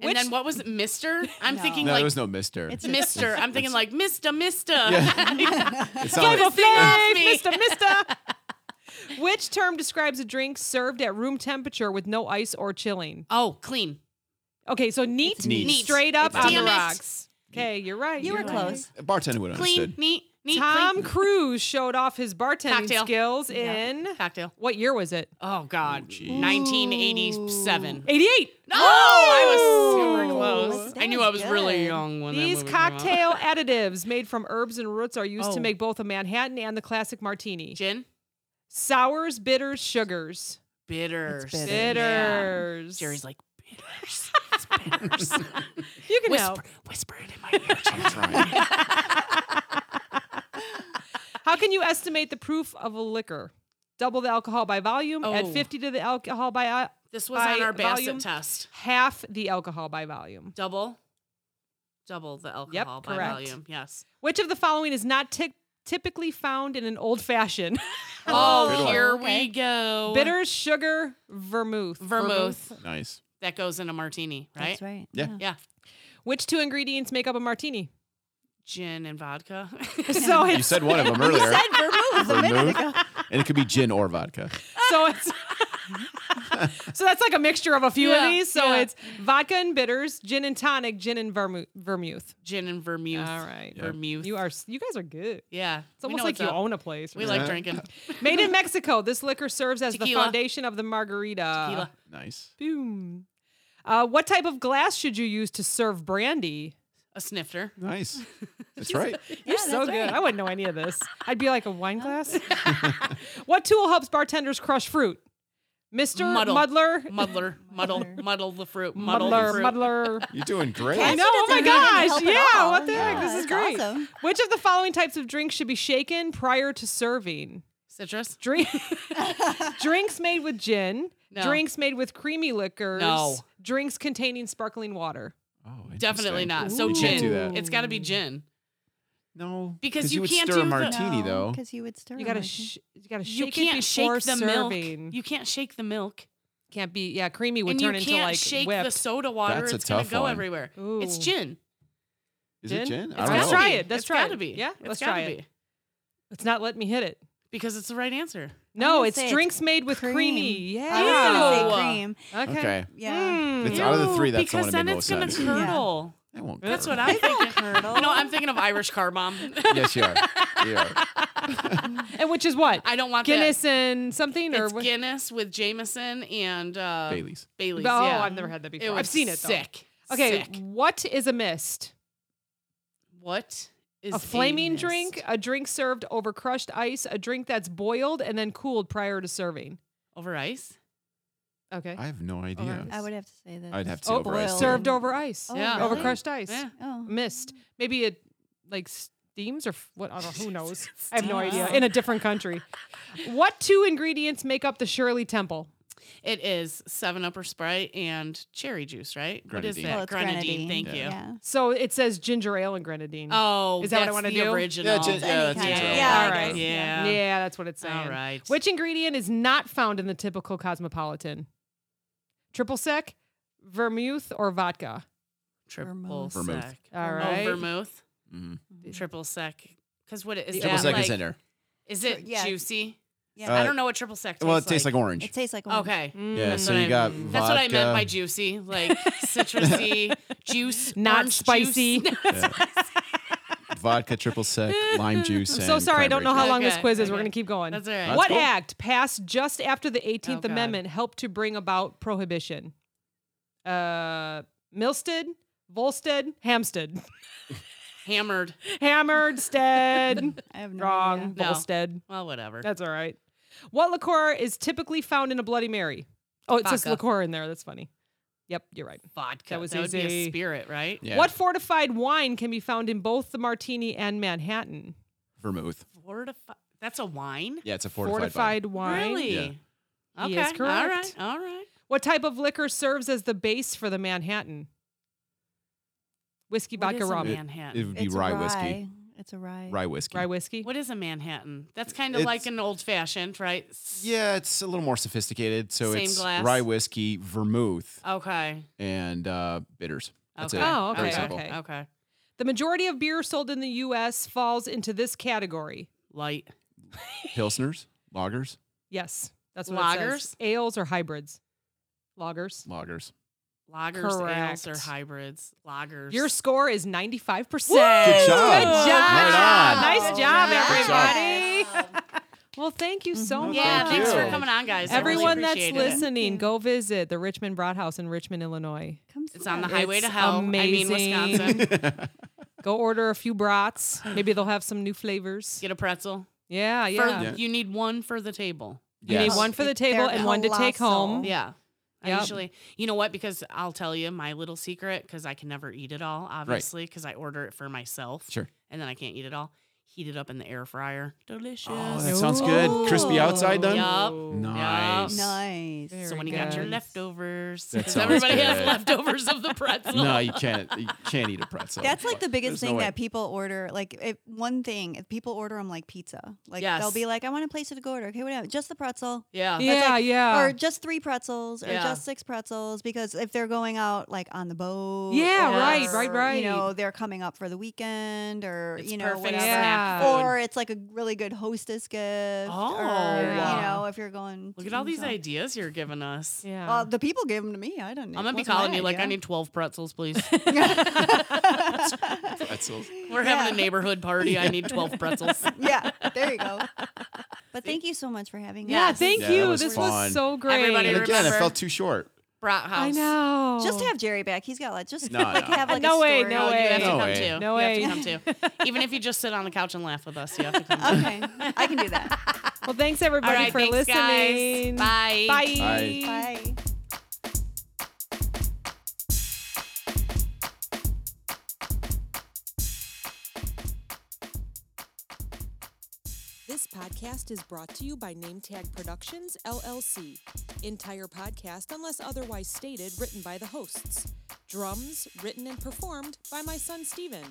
And Which- then what was it? Mister? I'm No. thinking No, like there was no Mister. It's- Mister. I'm thinking like uh, Mister, Mister. It's Give not a like, fave, me. Mister, Mister. Which term describes a drink served at room temperature with no ice or chilling? oh, clean. Okay, so neat, neat. Neat. straight up It's on the damn it. rocks. Okay, you're right. You you're were right. close. a bartender would have Clean, understood. neat, neat. Tom clean. Cruise showed off his bartending Cocktail. skills Yeah. in cocktail. what year was it? Oh God. 1987. 88. No, Oh, I was Ooh. super close. I knew I was really good. young when that These movie came out. cocktail additives made from herbs and roots are used to Oh. make both a Manhattan and the classic martini. gin, Sours, bitters, sugars. bitters, It's bitter. Yeah. Bitters. Jerry's like bitters. It's bitters. you can whisper, help. whisper it in my ear. Jerry. How can you estimate the proof of a liquor? Double the alcohol by volume, add Oh. 50 to the alcohol by uh, This was By on our Bassett volume? test. half the alcohol by volume. Double, double the alcohol by correct. volume. Yes. Which of the following is not ty- typically found in an old fashioned? Oh, Good one. here Okay. we go. Bitters, sugar, vermouth. vermouth Nice. that goes in a martini, right? That's right. Yeah. Yeah, Which two ingredients make up a martini? gin and vodka. so You it's said one of them earlier. Said vermouth a minute Vermouth. ago. And it could be gin or vodka. so it's So that's like a mixture of a few Yeah, of these. So yeah. it's vodka and bitters, gin and tonic, gin and vermu- vermouth. Gin and vermouth. All right. Yeah. Vermouth. You are s- you guys are good. Yeah. It's almost like you own a place. We or like Yeah. drinking. something. Made in Mexico, this liquor serves as the Tequila. foundation of the margarita. Tequila. Nice. Boom. Uh, what type of glass should you use to serve brandy? A snifter. Nice. That's right. You're Yeah, so that's good. right. I wouldn't know any of this. I'd be like a wine glass. what tool helps bartenders crush fruit? Mr. Muddle. Muddler. Muddler. Muddle. Muddler. Muddle the fruit. Muddle the Muddler. fruit. Muddler. You're doing great. I Actually, know, oh doesn't my really gosh, help at yeah, all. what the heck, this is that's great. awesome. Which of the following types of drinks should be shaken prior to serving? Citrus. Drink, drinks made with gin, No. drinks made with creamy liquors, No. drinks containing sparkling water. Oh, interesting. Definitely not. So You gin. can't do that. It's got to Mm. be gin. No, Because you would can't stir a do the- martini though. because you would stir. You a gotta, martini. sh- you gotta shake You can't it shake before the serving. milk. You can't shake the milk. can't be, yeah, creamy would and turn you into can't like shake the whipped. soda water. That's a it's going tough to go one. everywhere. It's Ooh. gin. Is it gin? I It's don't gotta know. be. Try be. it. Let's It's try gotta it. be. Yeah, It's let's gotta try it. be. It's not letting me hit it. Because it's the right answer. No, gonna it's say it's drinks made with cream. creamy. I was Yeah. gonna Ew. say cream. Okay. Okay. Yeah. Mm. It's out of the three, that's the because one that then made it's most gonna sense. Yeah. curdle. That won't That's work. what I'm thinking. Curdle. Mm. You know, I'm thinking of Irish car bomb. Yes, you are. You are. and which is what? I don't want Guinness and something That. or It's what? Guinness with Jameson and uh, Bailey's. Bailey's. Oh, yeah. I've never had that before. was I've seen it though. Sick. Okay, Sick. what is a mist? What is a flaming mist? drink, a drink served over crushed ice, a drink that's boiled and then cooled prior to serving. over ice? Okay. I have no idea. right. I would have to say that. I'd have to Oh, over ice. boiled. Served too. over ice. Oh, Yeah. Over really? crushed ice. Yeah. Oh. Mist. Maybe it like steams or f- what? I don't know. Who knows? I have no idea. Steams. In a different country. what two ingredients make up the Shirley Temple? It is Seven Up or Sprite and cherry juice, right? What is Grenadine. that? Well, it's grenadine. Thank you. Yeah. So it says ginger ale and grenadine. Oh, Is that what I that's wanna the do? Original. Yeah, gin- Any yeah, that's kind of- ginger ale. Yeah, All I right. guess, Yeah. Yeah, that's what it's saying. All right. Which ingredient is not found in the typical cosmopolitan? Triple sec, vermouth, or vodka? triple Vermouth. Vermouth. sec? All Oh, right. vermouth. Mhm. Triple sec. Because what it- is Triple that? sec like, is in there. Is it Yeah. juicy? Yeah. Uh, I don't know what triple sec tastes Well, it tastes like orange. It tastes like orange. Okay. yeah, Mm. so what you I- got vodka. That's what I meant by juicy, like citrusy juice, Not orange spicy. juice. vodka, triple sec, lime juice. I'm so and sorry. I don't know how cranberry long this Okay, quiz is. We're okay. going to keep going. That's all right. That's what cool. act passed just after the 18th Oh, God. Amendment helped to bring about prohibition? Uh, Milstead, Volstead, Hampstead. Hammered. Hammered, stead. I have no Wrong, No. Volstead. Well, whatever. That's all right. What liqueur is typically found in a Bloody Mary? Oh, it says Vodka. liqueur in there. That's funny. Yep, you're right. Vodka. That was would be easy. a spirit, right? juice. Yeah. What fortified wine can be found in both the martini and Manhattan? Vermouth. Fortifi- That's a wine. Yeah, it's a fortified. Fortified, wine. Really? Yeah. Okay. He is All correct. right. All right. What type of liquor serves as the base for the Manhattan? Whiskey, What vodka, is a rum. vodka. It Manhattan. would be rye, whiskey. It's a rye. Rye whiskey. Rye whiskey. What is a Manhattan? That's kind of like It's- an old fashioned, right? S- Yeah, it's a little more sophisticated. So Same it's glass? rye whiskey, vermouth, Okay. and uh, bitters. That's okay. it. Oh, Very okay, simple. okay. Okay. The majority of beer sold in the U.S. falls into this category. Light. Pilsners, lagers, Yes, that's what It Lagers? says. Ales or hybrids? Lagers. lagers. Lagers, ales, or Correct. hybrids. Lagers. Your score is 95%. Good Good job. Right on. Nice job, Good job. everybody. well, thank you so Mhm. much. yeah, Thank thanks for you. coming on, guys. I really Everyone that's appreciated it. listening, you. go visit the Richmond Broad House in Richmond, Illinois. Come It's on the see us. highway to It's hell. I amazing. mean, Wisconsin. Go order a few brats. Maybe they'll have some new flavors. Get a pretzel. Yeah, For- yeah. Yeah. You need one for the table. You need Yes. one for the They're table and one to take colossal. home. Yeah. I Yep. usually, you know what? Because I'll tell you my little secret because I can never eat it all, obviously, because I order it for myself. Sure. And then I can't eat it all. Heat it up in the air fryer. Delicious. Oh, that sounds good. Crispy outside then? Yup. Nice. Nice. Very so when you got your good. leftovers, That because sounds everybody good. has leftovers of the pretzel. No, you can't. You can't eat a pretzel. That's like the biggest There's no thing way. that people order. Like if one thing, if people order them like pizza, like Yes. they'll be like, "I want a place to go order." Okay, whatever. Just the pretzel, Yeah. Yeah, like- yeah. or just three pretzels, or Oh. Yeah. just six pretzels, because if they're going out like on the boat, Yeah, or, right, right, right. You know, they're coming up for the weekend, or It's you know, perfect whatever. Yeah. Yeah. food. Or it's like a really good hostess gift. Oh, or, yeah. you know, if you're going. Look to at all do these something. ideas you're giving us. Yeah. Well, the people gave them to me. I don't. I'm gonna be calling you like I need 12 pretzels, please. need. Pretzels. We're having a Yeah. neighborhood party. I need 12 pretzels. yeah, there you go. But thank you so much for having me. yeah. Yes. Thank Yeah, that you. was this fun. was so great. Everybody And again, remember- I felt too short. Brat house. I know. Just have Jerry back. He's got like just No, like no. have like No a way, story. no Oh, you have to No come way. too. No you way. have to come too. Even if you just sit on the couch and laugh with us, you have to come. too. Okay, I can do that. Well, thanks All everybody right, for thanks, guys. listening. Bye. Bye. Bye. Bye. This podcast is brought to you by NameTag Productions, LLC. Entire podcast, unless otherwise stated, written by the hosts. Drums, written and performed by my son Steven.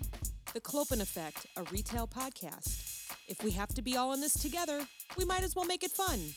The Clopen Effect, a retail podcast. If we have to be all in this together, we might as well make it fun.